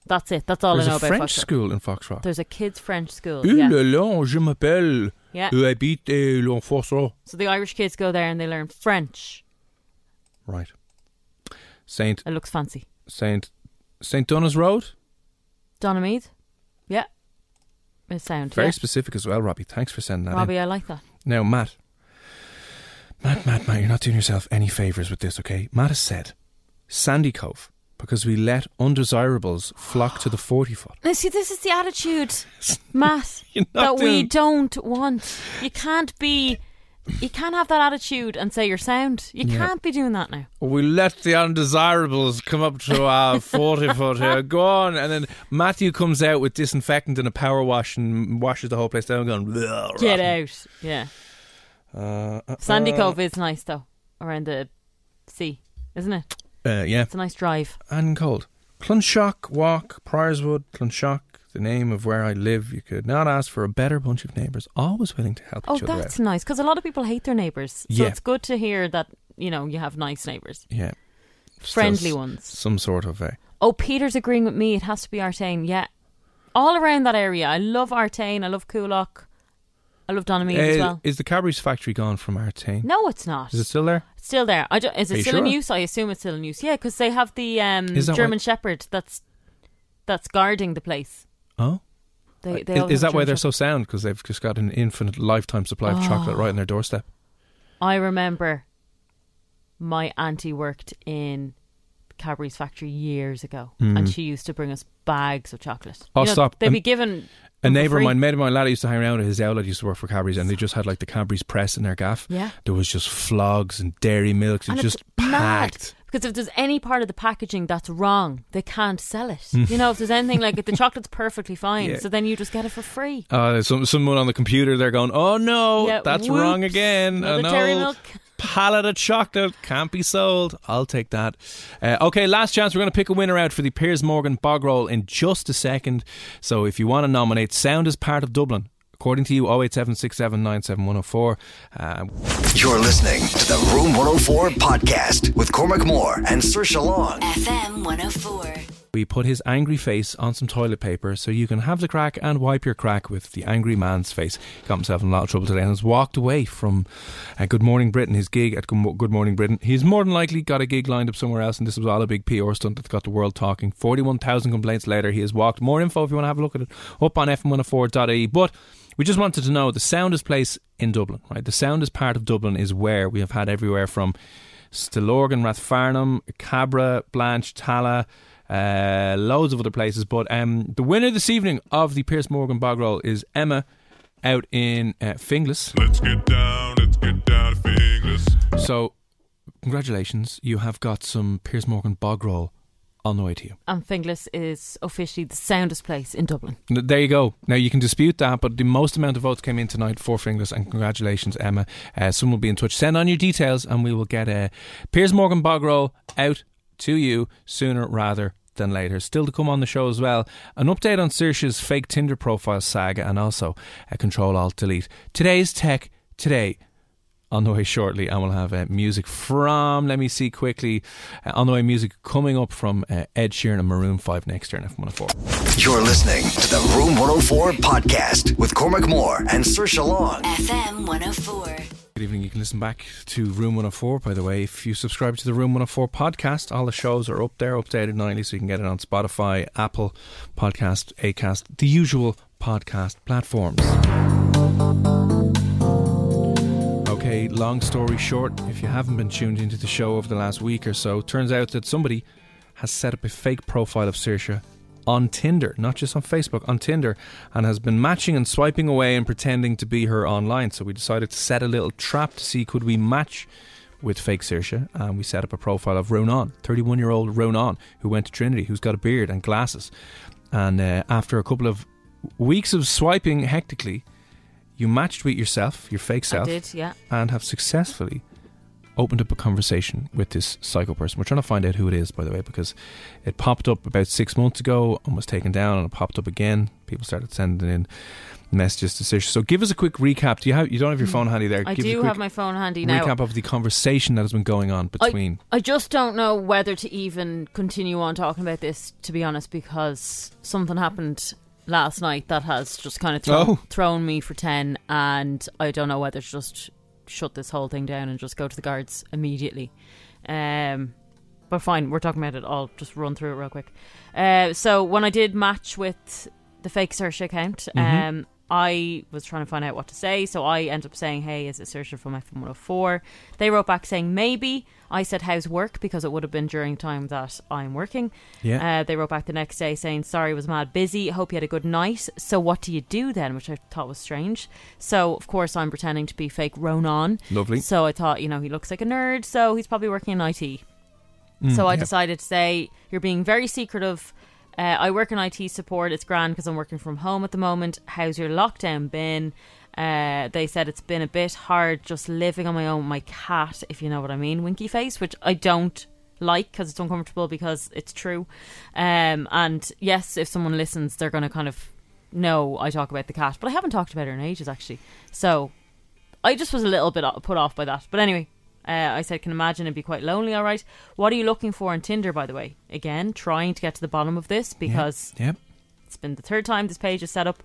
[SPEAKER 5] That's it. That's all
[SPEAKER 3] There's
[SPEAKER 5] I know
[SPEAKER 3] a
[SPEAKER 5] about
[SPEAKER 3] French
[SPEAKER 5] Fox Rock.
[SPEAKER 3] school in Fox Rock.
[SPEAKER 5] There's a kids' French school.
[SPEAKER 3] Ooh
[SPEAKER 5] yeah.
[SPEAKER 3] la la, je m'appelle.
[SPEAKER 5] Yeah.
[SPEAKER 3] Je habite euh, le Fox Rock.
[SPEAKER 5] So the Irish kids go there and they learn French.
[SPEAKER 3] Right. Saint
[SPEAKER 5] It looks fancy.
[SPEAKER 3] Saint Saint Donna's Road.
[SPEAKER 5] Donamead. Yeah. It sound.
[SPEAKER 3] Very
[SPEAKER 5] yeah.
[SPEAKER 3] specific as well, Robbie. Thanks for sending that. in.
[SPEAKER 5] Robbie, I like that.
[SPEAKER 3] Now, Matt. Matt, Matt, Matt, you're not doing yourself any favours with this, okay? Matt has said Sandy Cove because we let undesirables flock [GASPS] to the 40 foot.
[SPEAKER 5] Now, see, this is the
[SPEAKER 3] [LAUGHS]
[SPEAKER 5] attitude, Matt,
[SPEAKER 3] You're
[SPEAKER 5] that
[SPEAKER 3] not
[SPEAKER 5] we
[SPEAKER 3] doing-
[SPEAKER 5] don't want. You can't be. You can't have that attitude and say you're sound. You
[SPEAKER 3] Yeah.
[SPEAKER 5] can't be doing that now.
[SPEAKER 3] We let the undesirables come up to
[SPEAKER 5] [LAUGHS]
[SPEAKER 3] our 40 foot here. Go on. And then Matthew comes out with disinfectant and a power wash and washes the whole place down, going, "Bleh,
[SPEAKER 5] Get
[SPEAKER 3] rotten."
[SPEAKER 5] out. Yeah.
[SPEAKER 3] Uh, uh,
[SPEAKER 5] Sandy
[SPEAKER 3] uh,
[SPEAKER 5] Cove is nice though, around the sea, isn't it?
[SPEAKER 3] Uh, yeah.
[SPEAKER 5] It's a nice drive.
[SPEAKER 3] And cold. Clunshock Walk, Priorswood, Clunshock, the name of where I live. You could not ask for a better bunch of neighbours, always willing to help
[SPEAKER 5] Oh,
[SPEAKER 3] each other
[SPEAKER 5] that's
[SPEAKER 3] out.
[SPEAKER 5] nice because a lot of people hate their neighbours. So
[SPEAKER 3] Yeah.
[SPEAKER 5] it's good to hear that you know you have nice neighbours.
[SPEAKER 3] Yeah.
[SPEAKER 5] Friendly
[SPEAKER 3] Still s-
[SPEAKER 5] ones.
[SPEAKER 3] Some sort of a.
[SPEAKER 5] Oh, Peter's agreeing with me. It has to be Artane. Yeah, all around that area. I love Artane. I love Coolock. I love Donamead as
[SPEAKER 3] Uh,
[SPEAKER 5] well.
[SPEAKER 3] Is the Cadbury's factory gone from Artane?
[SPEAKER 5] No, it's not.
[SPEAKER 3] Is it still there?
[SPEAKER 5] It's still there. I don't, is
[SPEAKER 3] Are
[SPEAKER 5] it
[SPEAKER 3] you
[SPEAKER 5] still in
[SPEAKER 3] sure?
[SPEAKER 5] use? I assume it's still in use. Yeah, because they have the um,
[SPEAKER 3] Is that
[SPEAKER 5] German
[SPEAKER 3] why-
[SPEAKER 5] Shepherd that's that's guarding the place.
[SPEAKER 3] Oh.
[SPEAKER 5] They, they
[SPEAKER 3] Is-
[SPEAKER 5] always
[SPEAKER 3] is
[SPEAKER 5] have
[SPEAKER 3] that why
[SPEAKER 5] German
[SPEAKER 3] they're so sound? Because they've just got an infinite lifetime supply of chocolate
[SPEAKER 5] Oh.
[SPEAKER 3] right on their doorstep.
[SPEAKER 5] Shepherd. I remember my auntie worked in Cadbury's factory years ago, and
[SPEAKER 3] Mhm.
[SPEAKER 5] she used to bring us bags of chocolate.
[SPEAKER 3] Oh,
[SPEAKER 5] You know,
[SPEAKER 3] stop.
[SPEAKER 5] They'd
[SPEAKER 3] Um,
[SPEAKER 5] be given
[SPEAKER 3] A neighbour of
[SPEAKER 5] free.
[SPEAKER 3] mine, mate of mine, lad I used to hang around with, his outlet used to work for Cadbury's, and they just had like the Cadbury's press in their gaff.
[SPEAKER 5] Yeah.
[SPEAKER 3] There was just flogs and dairy milks. and
[SPEAKER 5] And
[SPEAKER 3] just
[SPEAKER 5] mad,
[SPEAKER 3] packed.
[SPEAKER 5] because if there's any part of the packaging that's wrong, they can't sell it. you know, if there's anything like
[SPEAKER 3] [LAUGHS]
[SPEAKER 5] if the chocolate's perfectly fine,
[SPEAKER 3] Mm. Yeah.
[SPEAKER 5] so then you just get it for free.
[SPEAKER 3] Uh, some, someone on the computer, they're going, oh no,
[SPEAKER 5] Yeah,
[SPEAKER 3] that's wrong
[SPEAKER 5] whoops,
[SPEAKER 3] again.
[SPEAKER 5] another
[SPEAKER 3] An
[SPEAKER 5] dairy
[SPEAKER 3] old
[SPEAKER 5] milk."
[SPEAKER 3] pallet of chocolate can't be sold. I'll take that. Uh, okay, last chance. We're going to pick a winner out for the Piers Morgan Bog Roll in just a second. So if you want to nominate, sound as part of Dublin. According to you, 08767971004. Um,
[SPEAKER 1] You're listening to the Room 104 podcast with Cormac Moore and Sir Long.
[SPEAKER 8] FM 104.
[SPEAKER 3] we put his angry face on some toilet paper so you can have the crack and wipe your crack with the angry man's face. Got himself in a lot of trouble today and has walked away from uh, Good Morning Britain, his gig at Good Mo- Good Morning Britain. He's more than likely got a gig lined up somewhere else, and this was all a big PR stunt that got the world talking. 41,000 complaints later, he has walked. More info if you want to have a look at it up on f104.ie. E. But we just wanted to know the soundest place in Dublin, right? The soundest part of Dublin is where we have had everywhere from Stillorgan, Rathfarnham, Cabra, Blanche, Tala, uh, loads of other places. But um, the winner this evening of the Pierce Morgan Bog Roll is Emma out in uh, Finglas. Let's get down, let's get down to Finglas. So, congratulations, you have got some Pierce Morgan Bog Roll on the way to you.
[SPEAKER 5] And Finglas is officially the soundest place in Dublin.
[SPEAKER 3] N- There you go. Now you can dispute that, but the most amount of votes came in tonight for Finglas, and congratulations, Emma. Uh, someone will be in touch. Send on your details, and we will get a Piers Morgan bog roll out to you sooner rather than later. Still to come on the show as well, an update on Saoirse's fake Tinder profile saga, and also a Control Alt Delete. Today's tech today on the way shortly, and we'll have uh, music from, let me see quickly, uh, on the way music coming up from uh, Ed Sheeran and Maroon 5 next year on F104.
[SPEAKER 1] You're listening to the Room 104 podcast with Cormac Moore and Sir Long.
[SPEAKER 8] FM 104.
[SPEAKER 3] Good evening. You can listen back to Room 104, by the way. If you subscribe to the Room 104 podcast, all the shows are up there, updated nightly, so you can get it on Spotify, Apple Podcast, Acast, the usual podcast platforms. Okay, long story short, if you haven't been tuned into the show over the last week or so, turns out that somebody has set up a fake profile of Saoirse on Tinder, not just on Facebook, on Tinder, and has been matching and swiping away and pretending to be her online. So we decided to set a little trap to see could we match with fake Saoirse, and we set up a profile of Ronan, 31 year old Ronan, who went to Trinity, who's got a beard and glasses. And uh, after a couple of weeks of swiping hectically, you matched with yourself, your fake
[SPEAKER 5] I
[SPEAKER 3] self
[SPEAKER 5] did, yeah.
[SPEAKER 3] and have successfully opened up a conversation with this psycho person. We're trying to find out who it is, by the way, because it popped up about six months ago and was taken down, and it popped up again. People started sending in messages to Sish. So give us a quick recap. Do you have? You don't have your phone handy there.
[SPEAKER 5] Hmm. I
[SPEAKER 3] give us a
[SPEAKER 5] do
[SPEAKER 3] quick
[SPEAKER 5] have my phone handy now.
[SPEAKER 3] recap of the conversation that has been going on between.
[SPEAKER 5] I, I just don't know whether to even continue on talking about this, to be honest, because something happened last night that has just kind of thrown,
[SPEAKER 3] Oh.
[SPEAKER 5] thrown me for 10, and I don't know whether to just shut this whole thing down and just go to the guards immediately. Um, but fine, we're talking about it. I'll just run through it real quick. Uh, so, when I did match with the fake Saoirse account,
[SPEAKER 9] Mhm.
[SPEAKER 5] um, I was trying to find out what to say, so I ended up saying, "Hey, is it Saoirse from F104?" They wrote back saying, "Maybe." I said, "How's work?" because it would have been during time that I'm working.
[SPEAKER 9] Yeah.
[SPEAKER 5] Uh, they wrote back the next day saying, "Sorry, was mad busy. Hope you had a good night." So what do you do then? Which I thought was strange. So of course I'm pretending to be fake Ronan.
[SPEAKER 3] Lovely.
[SPEAKER 5] So I thought, you know, he looks like a nerd, so he's probably working in IT.
[SPEAKER 9] Mm,
[SPEAKER 5] so I
[SPEAKER 9] yeah.
[SPEAKER 5] decided to say, You're being very secretive. Uh, I work in IT support. It's grand because I'm working from home at the moment. How's your lockdown been? Uh, they said it's been a bit hard just living on my own with my cat, if you know what I mean. Winky face, which I don't like because it's uncomfortable because it's true. Um, and yes, if someone listens, they're going to kind of know I talk about the cat, but I haven't talked about her in ages actually. So I just was a little bit o- put off by that. But anyway, uh, I said, can imagine it'd be quite lonely. All right, what are you looking for on Tinder, by the way? Again, trying to get to the bottom of this because
[SPEAKER 3] Yep.
[SPEAKER 5] it's been the third time this page is set up.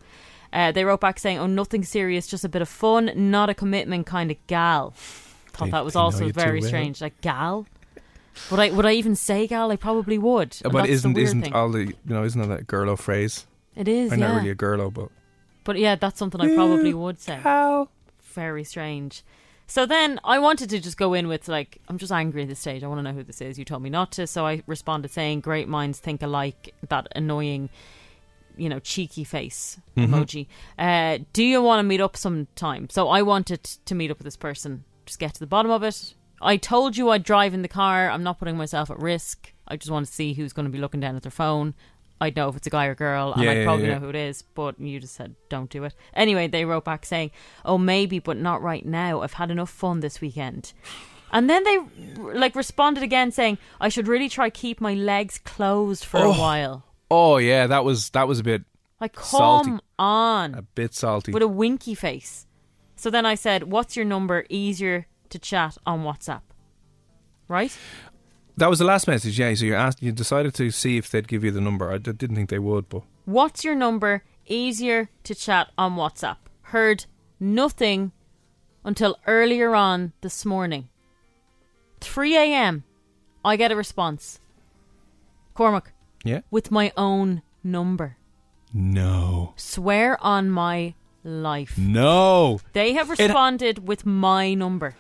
[SPEAKER 5] Uh, they wrote back saying, "Oh, nothing serious, just a bit of fun, not a commitment kind of gal." Thought
[SPEAKER 3] They-
[SPEAKER 5] that was
[SPEAKER 3] they know
[SPEAKER 5] also
[SPEAKER 3] you too
[SPEAKER 5] very
[SPEAKER 3] well.
[SPEAKER 5] strange. Like gal, would I would I even say gal? I probably would. And that's
[SPEAKER 3] Uh, But
[SPEAKER 5] the
[SPEAKER 3] isn't
[SPEAKER 5] weird
[SPEAKER 3] isn't
[SPEAKER 5] thing.
[SPEAKER 3] all the you know isn't all that girlo phrase?
[SPEAKER 5] It is,
[SPEAKER 3] I'm
[SPEAKER 5] yeah.
[SPEAKER 3] not really a girlo, but
[SPEAKER 5] But yeah, that's something I
[SPEAKER 9] Yeah,
[SPEAKER 5] probably would say. How? Very strange. So then I wanted to just go in with, like, I'm just angry at this stage. I want to know who this is. You told me not to. So I responded saying, Great minds think alike. That annoying, you know, cheeky face
[SPEAKER 9] Mhm.
[SPEAKER 5] emoji. Uh, do you want to meet up sometime? So I wanted to meet up with this person. Just get to the bottom of it. I told you I'd drive in the car. I'm not putting myself at risk. I just want to see who's going to be looking down at their phone. I'd know if it's a guy or girl, and
[SPEAKER 9] Yeah,
[SPEAKER 5] I'd
[SPEAKER 9] yeah,
[SPEAKER 5] probably
[SPEAKER 9] yeah.
[SPEAKER 5] know who it is, but you just said don't do it. Anyway, they wrote back saying, "Oh, maybe, but not right now. I've had enough fun this weekend." And then they like responded again saying, "I should really try keep my legs closed for a
[SPEAKER 3] Oh.
[SPEAKER 5] while."
[SPEAKER 3] oh yeah, that was that was a bit
[SPEAKER 5] Like, calm
[SPEAKER 3] salty,
[SPEAKER 5] on.
[SPEAKER 3] a bit salty.
[SPEAKER 5] With a winky face. So then I said, "What's your number? Easier to chat on WhatsApp." Right?
[SPEAKER 3] That was the last message, yeah. So you asked, you decided to see if they'd give you the number. I d- didn't think they would, but
[SPEAKER 5] What's your number? Easier to chat on WhatsApp. Heard nothing until earlier on this morning. 3 a.m. I get a response. Cormac.
[SPEAKER 3] Yeah?
[SPEAKER 5] With my own number.
[SPEAKER 3] no,
[SPEAKER 5] Swear on my life.
[SPEAKER 3] no.
[SPEAKER 5] They have responded with my number.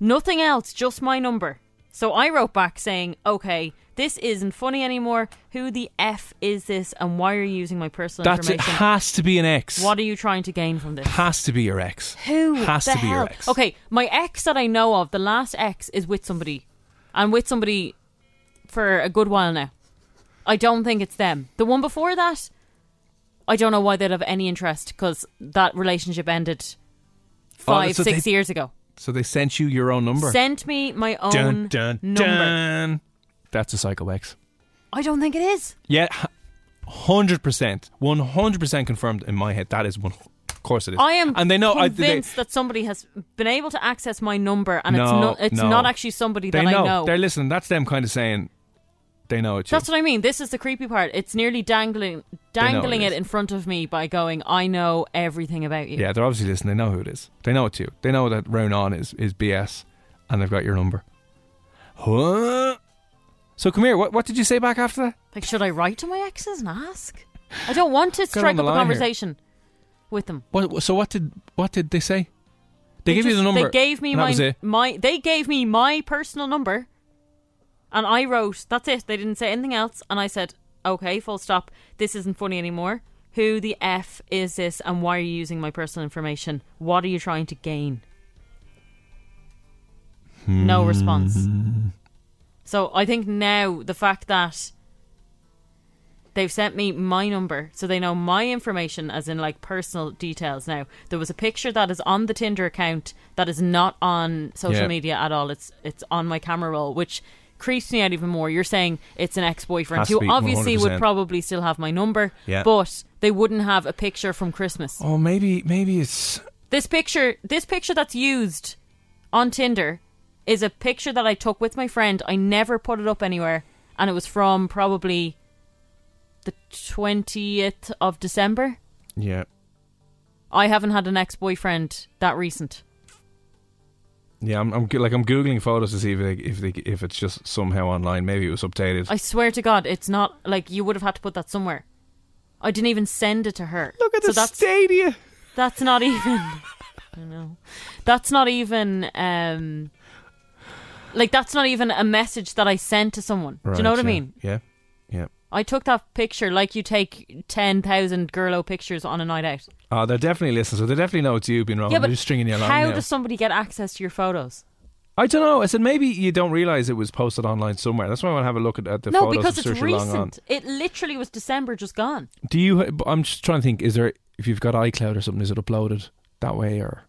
[SPEAKER 5] Nothing else, just my number. So I wrote back saying, okay, this isn't funny anymore. Who the F is this and why are you using my personal
[SPEAKER 3] That's it.
[SPEAKER 5] information?
[SPEAKER 3] Has to be an ex.
[SPEAKER 5] What are you trying to gain from this?
[SPEAKER 3] Has to be your ex.
[SPEAKER 5] Who
[SPEAKER 3] Has
[SPEAKER 5] the
[SPEAKER 3] to be
[SPEAKER 5] hell?
[SPEAKER 3] your ex.
[SPEAKER 5] Okay, my ex that I know of, the last ex is with somebody, and with somebody for a good while now. I don't think it's them. The one before that, I don't know why they'd have any interest because that relationship ended five,
[SPEAKER 3] Oh, so
[SPEAKER 5] six
[SPEAKER 3] they-
[SPEAKER 5] years ago.
[SPEAKER 3] So they sent you your own number.
[SPEAKER 5] Sent me my own
[SPEAKER 3] dun, dun,
[SPEAKER 5] number.
[SPEAKER 3] Dun. That's a psycho ex.
[SPEAKER 5] I don't think it is.
[SPEAKER 3] Yeah, hundred percent, one hundred percent confirmed in my head. That is one. Of course it is.
[SPEAKER 5] I am
[SPEAKER 3] and they know. I, they,
[SPEAKER 5] convinced that somebody has been able to access my number, and it's
[SPEAKER 3] No,
[SPEAKER 5] not. It's
[SPEAKER 3] no.
[SPEAKER 5] not actually somebody
[SPEAKER 3] they
[SPEAKER 5] that
[SPEAKER 3] know.
[SPEAKER 5] I know.
[SPEAKER 3] They're listening. That's them kind of saying they know it's you.
[SPEAKER 5] That's what I mean. This is the creepy part. It's nearly dangling dangling
[SPEAKER 3] it
[SPEAKER 5] it, in front of me by going, I know everything about you.
[SPEAKER 3] Yeah, they're obviously listening. They know who it is. They know it's you. They know that round on is is BS, and they've got your number. Huh? So come here. What what did you say back after that?
[SPEAKER 5] Like, should I write to my exes and ask? I don't want to
[SPEAKER 3] Get on
[SPEAKER 5] strike
[SPEAKER 3] the
[SPEAKER 5] up a
[SPEAKER 3] line here.
[SPEAKER 5] conversation with them.
[SPEAKER 3] What? So what did what did they say? They, gave you the
[SPEAKER 5] just-
[SPEAKER 3] number.
[SPEAKER 5] They gave me
[SPEAKER 3] and that
[SPEAKER 5] my,
[SPEAKER 3] was
[SPEAKER 5] [LAUGHS]
[SPEAKER 3] it.
[SPEAKER 5] my they gave me my personal number and I wrote, That's it. They didn't say anything else and I said, Okay, full stop. This isn't funny anymore. Who the F is this and why are you using my personal information? What are you trying to gain? No
[SPEAKER 3] Hmm.
[SPEAKER 5] response. So I think now the fact that they've sent me my number, so they know my information, as in like personal details. Now there was a picture that is on the Tinder account that is not on social
[SPEAKER 9] Yeah.
[SPEAKER 5] media at all. It's it's on my camera roll, which creeps me out even more. You're saying it's an ex boyfriend
[SPEAKER 9] Has to
[SPEAKER 5] who
[SPEAKER 9] be,
[SPEAKER 5] obviously would
[SPEAKER 9] 100%.
[SPEAKER 5] probably still have my number,
[SPEAKER 9] Yeah.
[SPEAKER 5] but they wouldn't have a picture from Christmas.
[SPEAKER 3] Oh, maybe maybe it's
[SPEAKER 5] This picture, this picture that's used on Tinder is a picture that I took with my friend. I never put it up anywhere, and it was from probably the 20th of December.
[SPEAKER 3] yeah
[SPEAKER 5] I haven't had an ex-boyfriend that recent.
[SPEAKER 3] yeah. I'm, I'm go- like I'm googling photos to see if they, if they, if it's just somehow online. Maybe it was updated.
[SPEAKER 5] I swear to God, it's not like you would have had to put that somewhere. I didn't even send it to her. Look at so
[SPEAKER 9] the
[SPEAKER 5] that's,
[SPEAKER 3] stadia.
[SPEAKER 5] That's not even. I know. That's not even. um Like that's not even a message that I sent to someone. Do you know
[SPEAKER 3] Right,
[SPEAKER 5] what I
[SPEAKER 3] yeah,
[SPEAKER 5] mean?
[SPEAKER 3] Yeah, yeah.
[SPEAKER 5] I took that picture like you take ten thousand girlo pictures on a night out.
[SPEAKER 3] Oh, they're definitely listening. So they definitely know it's you, being wrong.
[SPEAKER 5] yeah,
[SPEAKER 3] they're
[SPEAKER 5] but
[SPEAKER 3] just Oh, stringing you along.
[SPEAKER 5] how
[SPEAKER 3] now.
[SPEAKER 5] does somebody get access to your photos?
[SPEAKER 3] I don't know. I said maybe you don't realize it was posted online somewhere. That's why I want to have a look at, at the
[SPEAKER 5] no,
[SPEAKER 3] photos
[SPEAKER 5] because
[SPEAKER 3] of
[SPEAKER 5] it's
[SPEAKER 3] Saoirse Long on.
[SPEAKER 5] recent. It literally was December just gone.
[SPEAKER 3] Do you? but I'm just trying to think. Is there if you've got iCloud or something? Is it uploaded that way or?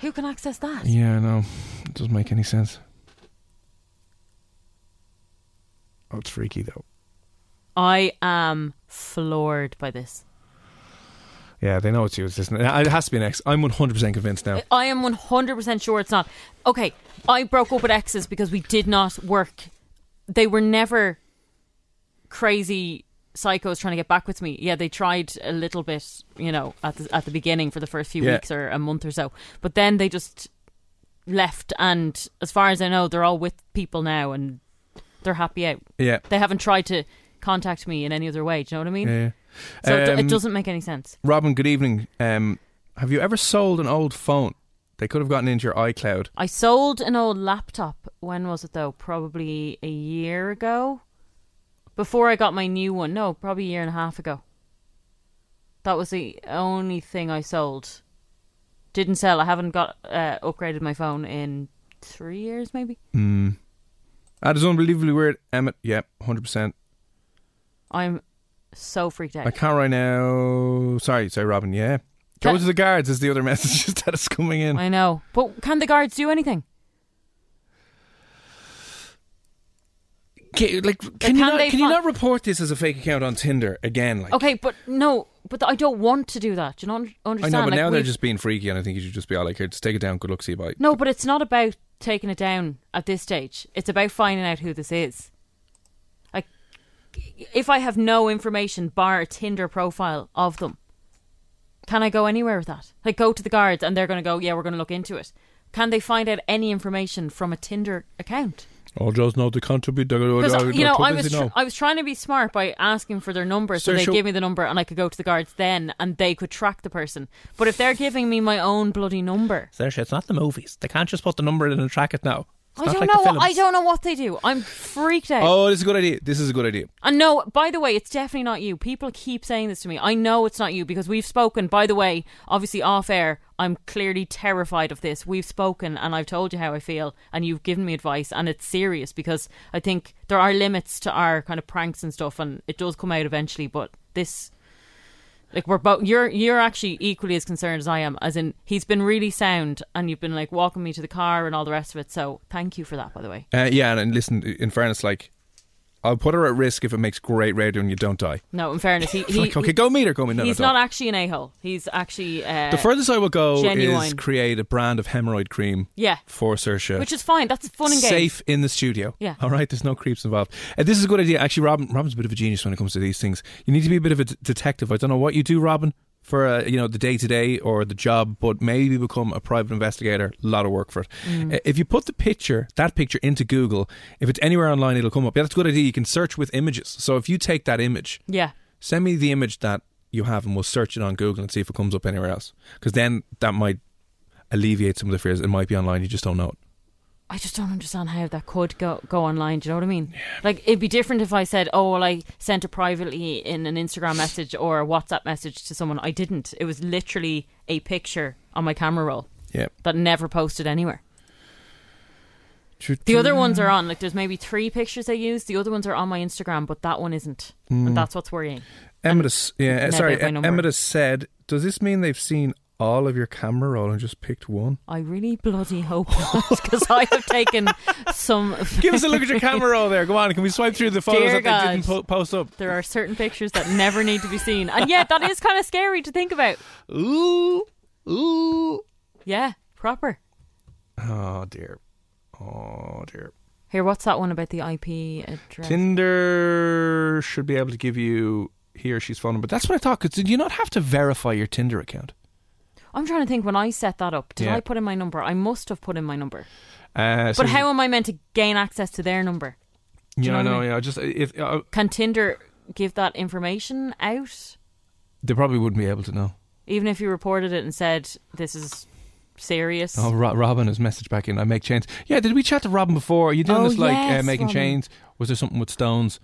[SPEAKER 5] Who can access that?
[SPEAKER 3] Yeah, no, it doesn't make any sense. Oh, it's freaky though.
[SPEAKER 5] I am floored by this.
[SPEAKER 3] Yeah, they know it's you. It's this. It has to be an ex. I'm 100 percent convinced now.
[SPEAKER 5] I am 100% sure it's not. Okay, I broke up with exes because we did not work. They were never crazy psychos trying to get back with me. Yeah, they tried a little bit, you know, at the, at the beginning for the first few
[SPEAKER 9] Yeah.
[SPEAKER 5] weeks or a month or so. But then they just left and as far as I know, they're all with people now and they're happy out.
[SPEAKER 3] Yeah.
[SPEAKER 5] They haven't tried to contact me in any other way, do you know what I mean?
[SPEAKER 3] Yeah.
[SPEAKER 5] So it, do-
[SPEAKER 3] Um,
[SPEAKER 5] it doesn't make any sense.
[SPEAKER 3] Robin, good evening. Um, have you ever sold an old phone? They could have gotten into your iCloud.
[SPEAKER 5] I sold an old laptop. When was it though? Probably a year ago. Before I got my new one. No, probably a year and a half ago. That was the only thing I sold. Didn't sell. I haven't got uh, upgraded my phone in three years, maybe.
[SPEAKER 3] Hmm. That is unbelievably weird, Emmett. Yep, hundred percent.
[SPEAKER 5] I'm so freaked out.
[SPEAKER 3] I can't right now. Sorry, sorry, Robin. Yeah, go
[SPEAKER 5] That-
[SPEAKER 3] to the guards. Is the other [LAUGHS] message that is coming in?
[SPEAKER 5] I know. But can the guards do anything?
[SPEAKER 3] Ca- like, can,
[SPEAKER 5] can
[SPEAKER 3] you not?
[SPEAKER 5] they
[SPEAKER 3] Can you
[SPEAKER 5] fi-
[SPEAKER 3] not report this as a fake account on Tinder again? Like,
[SPEAKER 5] okay, but no. But I don't want to do that. Do you not un- understand?
[SPEAKER 3] I know, but
[SPEAKER 5] Like,
[SPEAKER 3] now they're
[SPEAKER 5] we've-
[SPEAKER 3] just being freaky, and I think you should just be all like, "Here, just take it down. Good luck, see you, bye."
[SPEAKER 5] No, but it's not about taking it down at this stage. It's about finding out who this is. Like, if I have no information bar a Tinder profile of them, can I go anywhere with that? Like, go to the guards and they're going to go, yeah, we're going to look into it. Can they find out any information from a Tinder account?
[SPEAKER 3] All just know they can't be.
[SPEAKER 5] Because you know, I was tr- I was trying to be smart by asking for their number, so
[SPEAKER 3] Sir,
[SPEAKER 5] they
[SPEAKER 3] shall-
[SPEAKER 5] give me the number, and I could go to the guards then, and they could track the person. But if they're giving me my own bloody number,
[SPEAKER 3] Saoirse, it's not the movies. They can't just put the number in and track it now. It's not
[SPEAKER 5] I don't
[SPEAKER 3] like the
[SPEAKER 5] know. What, I
[SPEAKER 3] films.
[SPEAKER 5] don't know what they do. I'm freaked out.
[SPEAKER 3] Oh, this is a good idea. This is a good idea.
[SPEAKER 5] And no, by the way, it's definitely not you. People keep saying this to me. I know it's not you because we've spoken. By the way, obviously off air, I'm clearly terrified of this. We've spoken and I've told you how I feel and you've given me advice and it's serious because I think there are limits to our kind of pranks and stuff and it does come out eventually, but this like we're both you're you're actually equally as concerned as I am as in he's been really sound and you've been like walking me to the car and all the rest of it. So, thank you for that by the way.
[SPEAKER 3] Uh, yeah, and, and listen, in fairness, like, I'll put her at risk if it makes great radio and you don't die.
[SPEAKER 5] No, in
[SPEAKER 3] [LAUGHS]
[SPEAKER 5] fairness, he, he
[SPEAKER 3] like, okay, go meet her. Go meet. No, no,
[SPEAKER 5] he's
[SPEAKER 3] don't.
[SPEAKER 5] not actually an a hole. He's actually uh,
[SPEAKER 3] the furthest I will go
[SPEAKER 5] genuine.
[SPEAKER 3] is create a brand of hemorrhoid cream.
[SPEAKER 5] Yeah.
[SPEAKER 3] For Saoirse.
[SPEAKER 5] which is fine. That's fun and games.
[SPEAKER 3] safe in the studio.
[SPEAKER 5] Yeah.
[SPEAKER 3] All right. There's no creeps involved. Uh, this is a good idea. Actually, Robin. Robin's a bit of a genius when it comes to these things. You need to be a bit of a d- detective. I don't know what you do, Robin, for uh, you know the day to day or the job, but maybe become a private investigator. A lot of work for it.
[SPEAKER 10] Mm.
[SPEAKER 3] Uh, If you put the picture, that picture, into Google, if it's anywhere online, it'll come up. Yeah, that's a good idea. You can search with images. So if you take that image,
[SPEAKER 5] Yeah.
[SPEAKER 3] send me the image that you have, and we'll search it on Google and see if it comes up anywhere else. Because then that might alleviate some of the fears. It might be online. You just don't know it.
[SPEAKER 5] I just don't understand how that could go go online. Do you know what I mean? Like it'd be different if I said, "Oh, well, I sent it privately in an Instagram message or a WhatsApp message to someone." I didn't. It was literally a picture on my camera roll.
[SPEAKER 3] Yeah.
[SPEAKER 5] That never posted anywhere. The other ones are
[SPEAKER 3] Mm.
[SPEAKER 5] on. Like there's maybe three pictures I use. The other ones are on my Instagram, but that one isn't,
[SPEAKER 3] Mm.
[SPEAKER 5] and that's what's worrying.
[SPEAKER 3] Emmetus, yeah,
[SPEAKER 5] never
[SPEAKER 3] sorry,
[SPEAKER 5] my number.
[SPEAKER 3] Emmetus said, "Does this mean they've seen all of your camera roll and just picked one?"
[SPEAKER 5] I really bloody hope not, [LAUGHS] because I have taken some.
[SPEAKER 3] [LAUGHS] Give us a look at your camera roll there. Come on, can we swipe through the photos
[SPEAKER 5] Dear
[SPEAKER 3] that they didn't
[SPEAKER 5] God.
[SPEAKER 3] po- post up?
[SPEAKER 5] There are certain pictures that never need to be seen, and yet that is kind of scary to think about.
[SPEAKER 3] Ooh, ooh.
[SPEAKER 5] Yeah, proper.
[SPEAKER 3] Oh dear, oh dear.
[SPEAKER 5] Here, what's that one about the IP address?
[SPEAKER 3] Tinder should be able to give you he or she's phone number. That's what I thought. Because did you not have to verify your Tinder account?
[SPEAKER 5] I'm trying to think when I set that up. Did
[SPEAKER 3] Yeah.
[SPEAKER 5] I put in my number? I must have put in my number.
[SPEAKER 3] Uh, so-
[SPEAKER 5] but how am I meant to gain access to their number? Do you
[SPEAKER 3] Yeah,
[SPEAKER 5] know
[SPEAKER 3] I
[SPEAKER 5] what I
[SPEAKER 3] know.
[SPEAKER 5] mean?
[SPEAKER 3] Yeah, just if uh,
[SPEAKER 5] Can Tinder give that information out?
[SPEAKER 3] they probably wouldn't be able to know.
[SPEAKER 5] Even if you reported it and said, this is serious?
[SPEAKER 3] Oh, Ro- Robin has messaged back in. I make chains. Yeah, did we chat to Robin before? Are you doing
[SPEAKER 5] Oh,
[SPEAKER 3] this like
[SPEAKER 5] yes,
[SPEAKER 3] uh, making
[SPEAKER 5] Robin.
[SPEAKER 3] chains? Was there something with stones?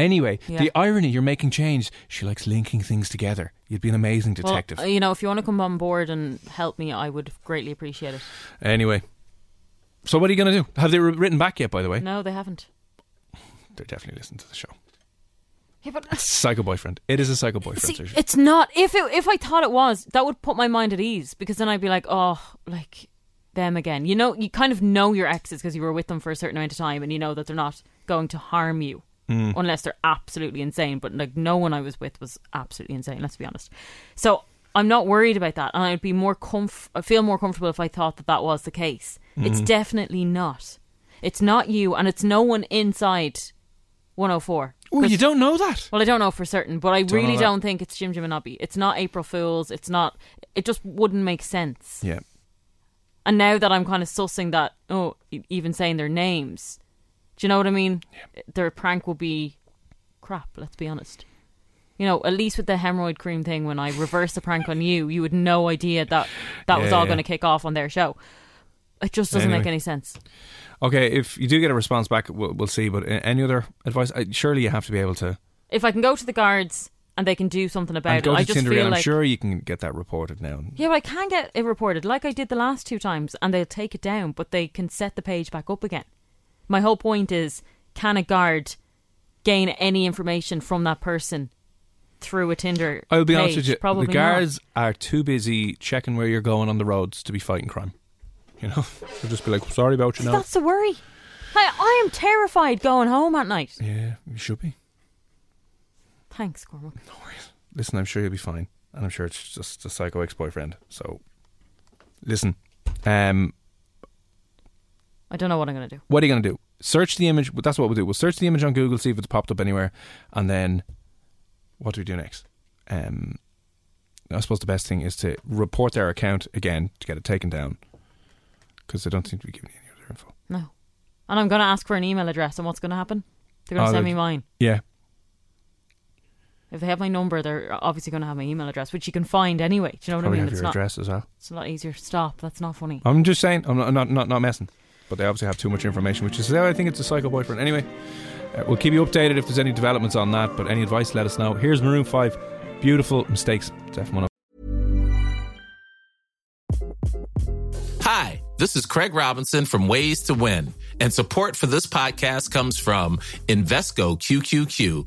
[SPEAKER 3] Anyway,
[SPEAKER 5] Yeah.
[SPEAKER 3] the irony you're making change. She likes linking things together. You'd be an amazing
[SPEAKER 5] Well,
[SPEAKER 3] detective.
[SPEAKER 5] uh, you know, if you want to come on board and help me, I would greatly appreciate it.
[SPEAKER 3] anyway, so what are you going to do? Have they re- written back yet? By the way,
[SPEAKER 5] No, they haven't.
[SPEAKER 3] they're definitely listening to the show.
[SPEAKER 5] Yeah,
[SPEAKER 3] [LAUGHS]
[SPEAKER 5] but
[SPEAKER 3] Psycho boyfriend. It is a psycho boyfriend.
[SPEAKER 5] See,
[SPEAKER 3] Saoirse.
[SPEAKER 5] it's not. If it, if I thought it was, that would put my mind at ease because then I'd be like, oh, like them again. You know, you kind of know your exes because you were with them for a certain amount of time, and you know that they're not going to harm you
[SPEAKER 3] Mm.
[SPEAKER 5] unless they're absolutely insane. But like no one I was with was absolutely insane. Let's be honest. So I'm not worried about that, and I'd be more comf- I feel more comfortable if I thought that that was the case. It's
[SPEAKER 9] Mhm.
[SPEAKER 5] definitely not. It's not you, and it's no one inside 104.
[SPEAKER 3] Oh, you
[SPEAKER 5] 'Cause-
[SPEAKER 3] don't know that.
[SPEAKER 5] Well, I don't know for certain, but I
[SPEAKER 3] Don't know
[SPEAKER 5] really
[SPEAKER 3] that.
[SPEAKER 5] don't think it's Jim Jim and Nobby. It's not April Fools. It's not. It just wouldn't make sense.
[SPEAKER 3] Yeah.
[SPEAKER 5] And now that I'm kind of sussing that, oh, e- even saying their names, do you know what I mean? Their prank will be crap, let's be honest. You know, at least with the hemorrhoid cream thing, when I reverse the prank on you, you had no idea that that was
[SPEAKER 3] Yeah,
[SPEAKER 5] all
[SPEAKER 3] yeah.
[SPEAKER 5] going to kick off on their show. It just doesn't make
[SPEAKER 3] Anyway.
[SPEAKER 5] any sense.
[SPEAKER 3] Okay, if you do get a response back, we'll, we'll see. But uh, any other advice? I, surely you have to be able to.
[SPEAKER 5] If I can go to the guards and they can do something about
[SPEAKER 3] And go
[SPEAKER 5] it,
[SPEAKER 3] to
[SPEAKER 5] I just
[SPEAKER 3] Tinder.
[SPEAKER 5] feel
[SPEAKER 3] I'm
[SPEAKER 5] like
[SPEAKER 3] sure you can get that reported now.
[SPEAKER 5] Yeah, but I can get it reported like I did the last two times, and they'll take it down, but they can set the page back up again. My whole point is can a guard gain any information from that person through a Tinder?
[SPEAKER 3] I'll be
[SPEAKER 5] page?
[SPEAKER 3] honest with you.
[SPEAKER 5] Probably
[SPEAKER 3] the
[SPEAKER 5] not.
[SPEAKER 3] guards are too busy checking where you're going on the roads to be fighting crime. You know, [LAUGHS] they'll just be like, "Sorry about you now."
[SPEAKER 5] That's the worry. I, I am terrified going home at night.
[SPEAKER 3] Yeah, you should be.
[SPEAKER 5] Thanks, Cormac.
[SPEAKER 3] Listen, I'm sure you'll be fine, and I'm sure it's just a psycho ex-boyfriend. So, listen, um,
[SPEAKER 5] I don't know what I'm going to do.
[SPEAKER 3] what are you going to do? Search the image. That's what we'll do. We'll search the image on Google, see if it's popped up anywhere, and then what do we do next? Um, I suppose the best thing is to report their account again to get it taken down, because they don't seem to be giving you any other info.
[SPEAKER 5] No. And I'm going to ask for an email address, and what's going to happen? They're going to
[SPEAKER 3] Oh,
[SPEAKER 5] send
[SPEAKER 3] they-
[SPEAKER 5] me mine.
[SPEAKER 3] Yeah,
[SPEAKER 5] If they have my number, they're obviously going to have my email address, which you can find anyway. Do you know what
[SPEAKER 3] Probably
[SPEAKER 5] I mean?
[SPEAKER 3] have
[SPEAKER 5] it's
[SPEAKER 3] your
[SPEAKER 5] not,
[SPEAKER 3] address as well.
[SPEAKER 5] It's a lot easier. Stop. That's not funny.
[SPEAKER 3] I'm just saying. I'm not not not, not messing, but they obviously have too much information, which is how I think it's a psycho boyfriend. Anyway, uh, we'll keep you updated if there's any developments on that. But any advice, let us know. Here's Maroon Five, beautiful mistakes. oh It's F1
[SPEAKER 10] Hi, this is Craig Robinson from Ways to Win, and support for this podcast comes from Invesco QQQ,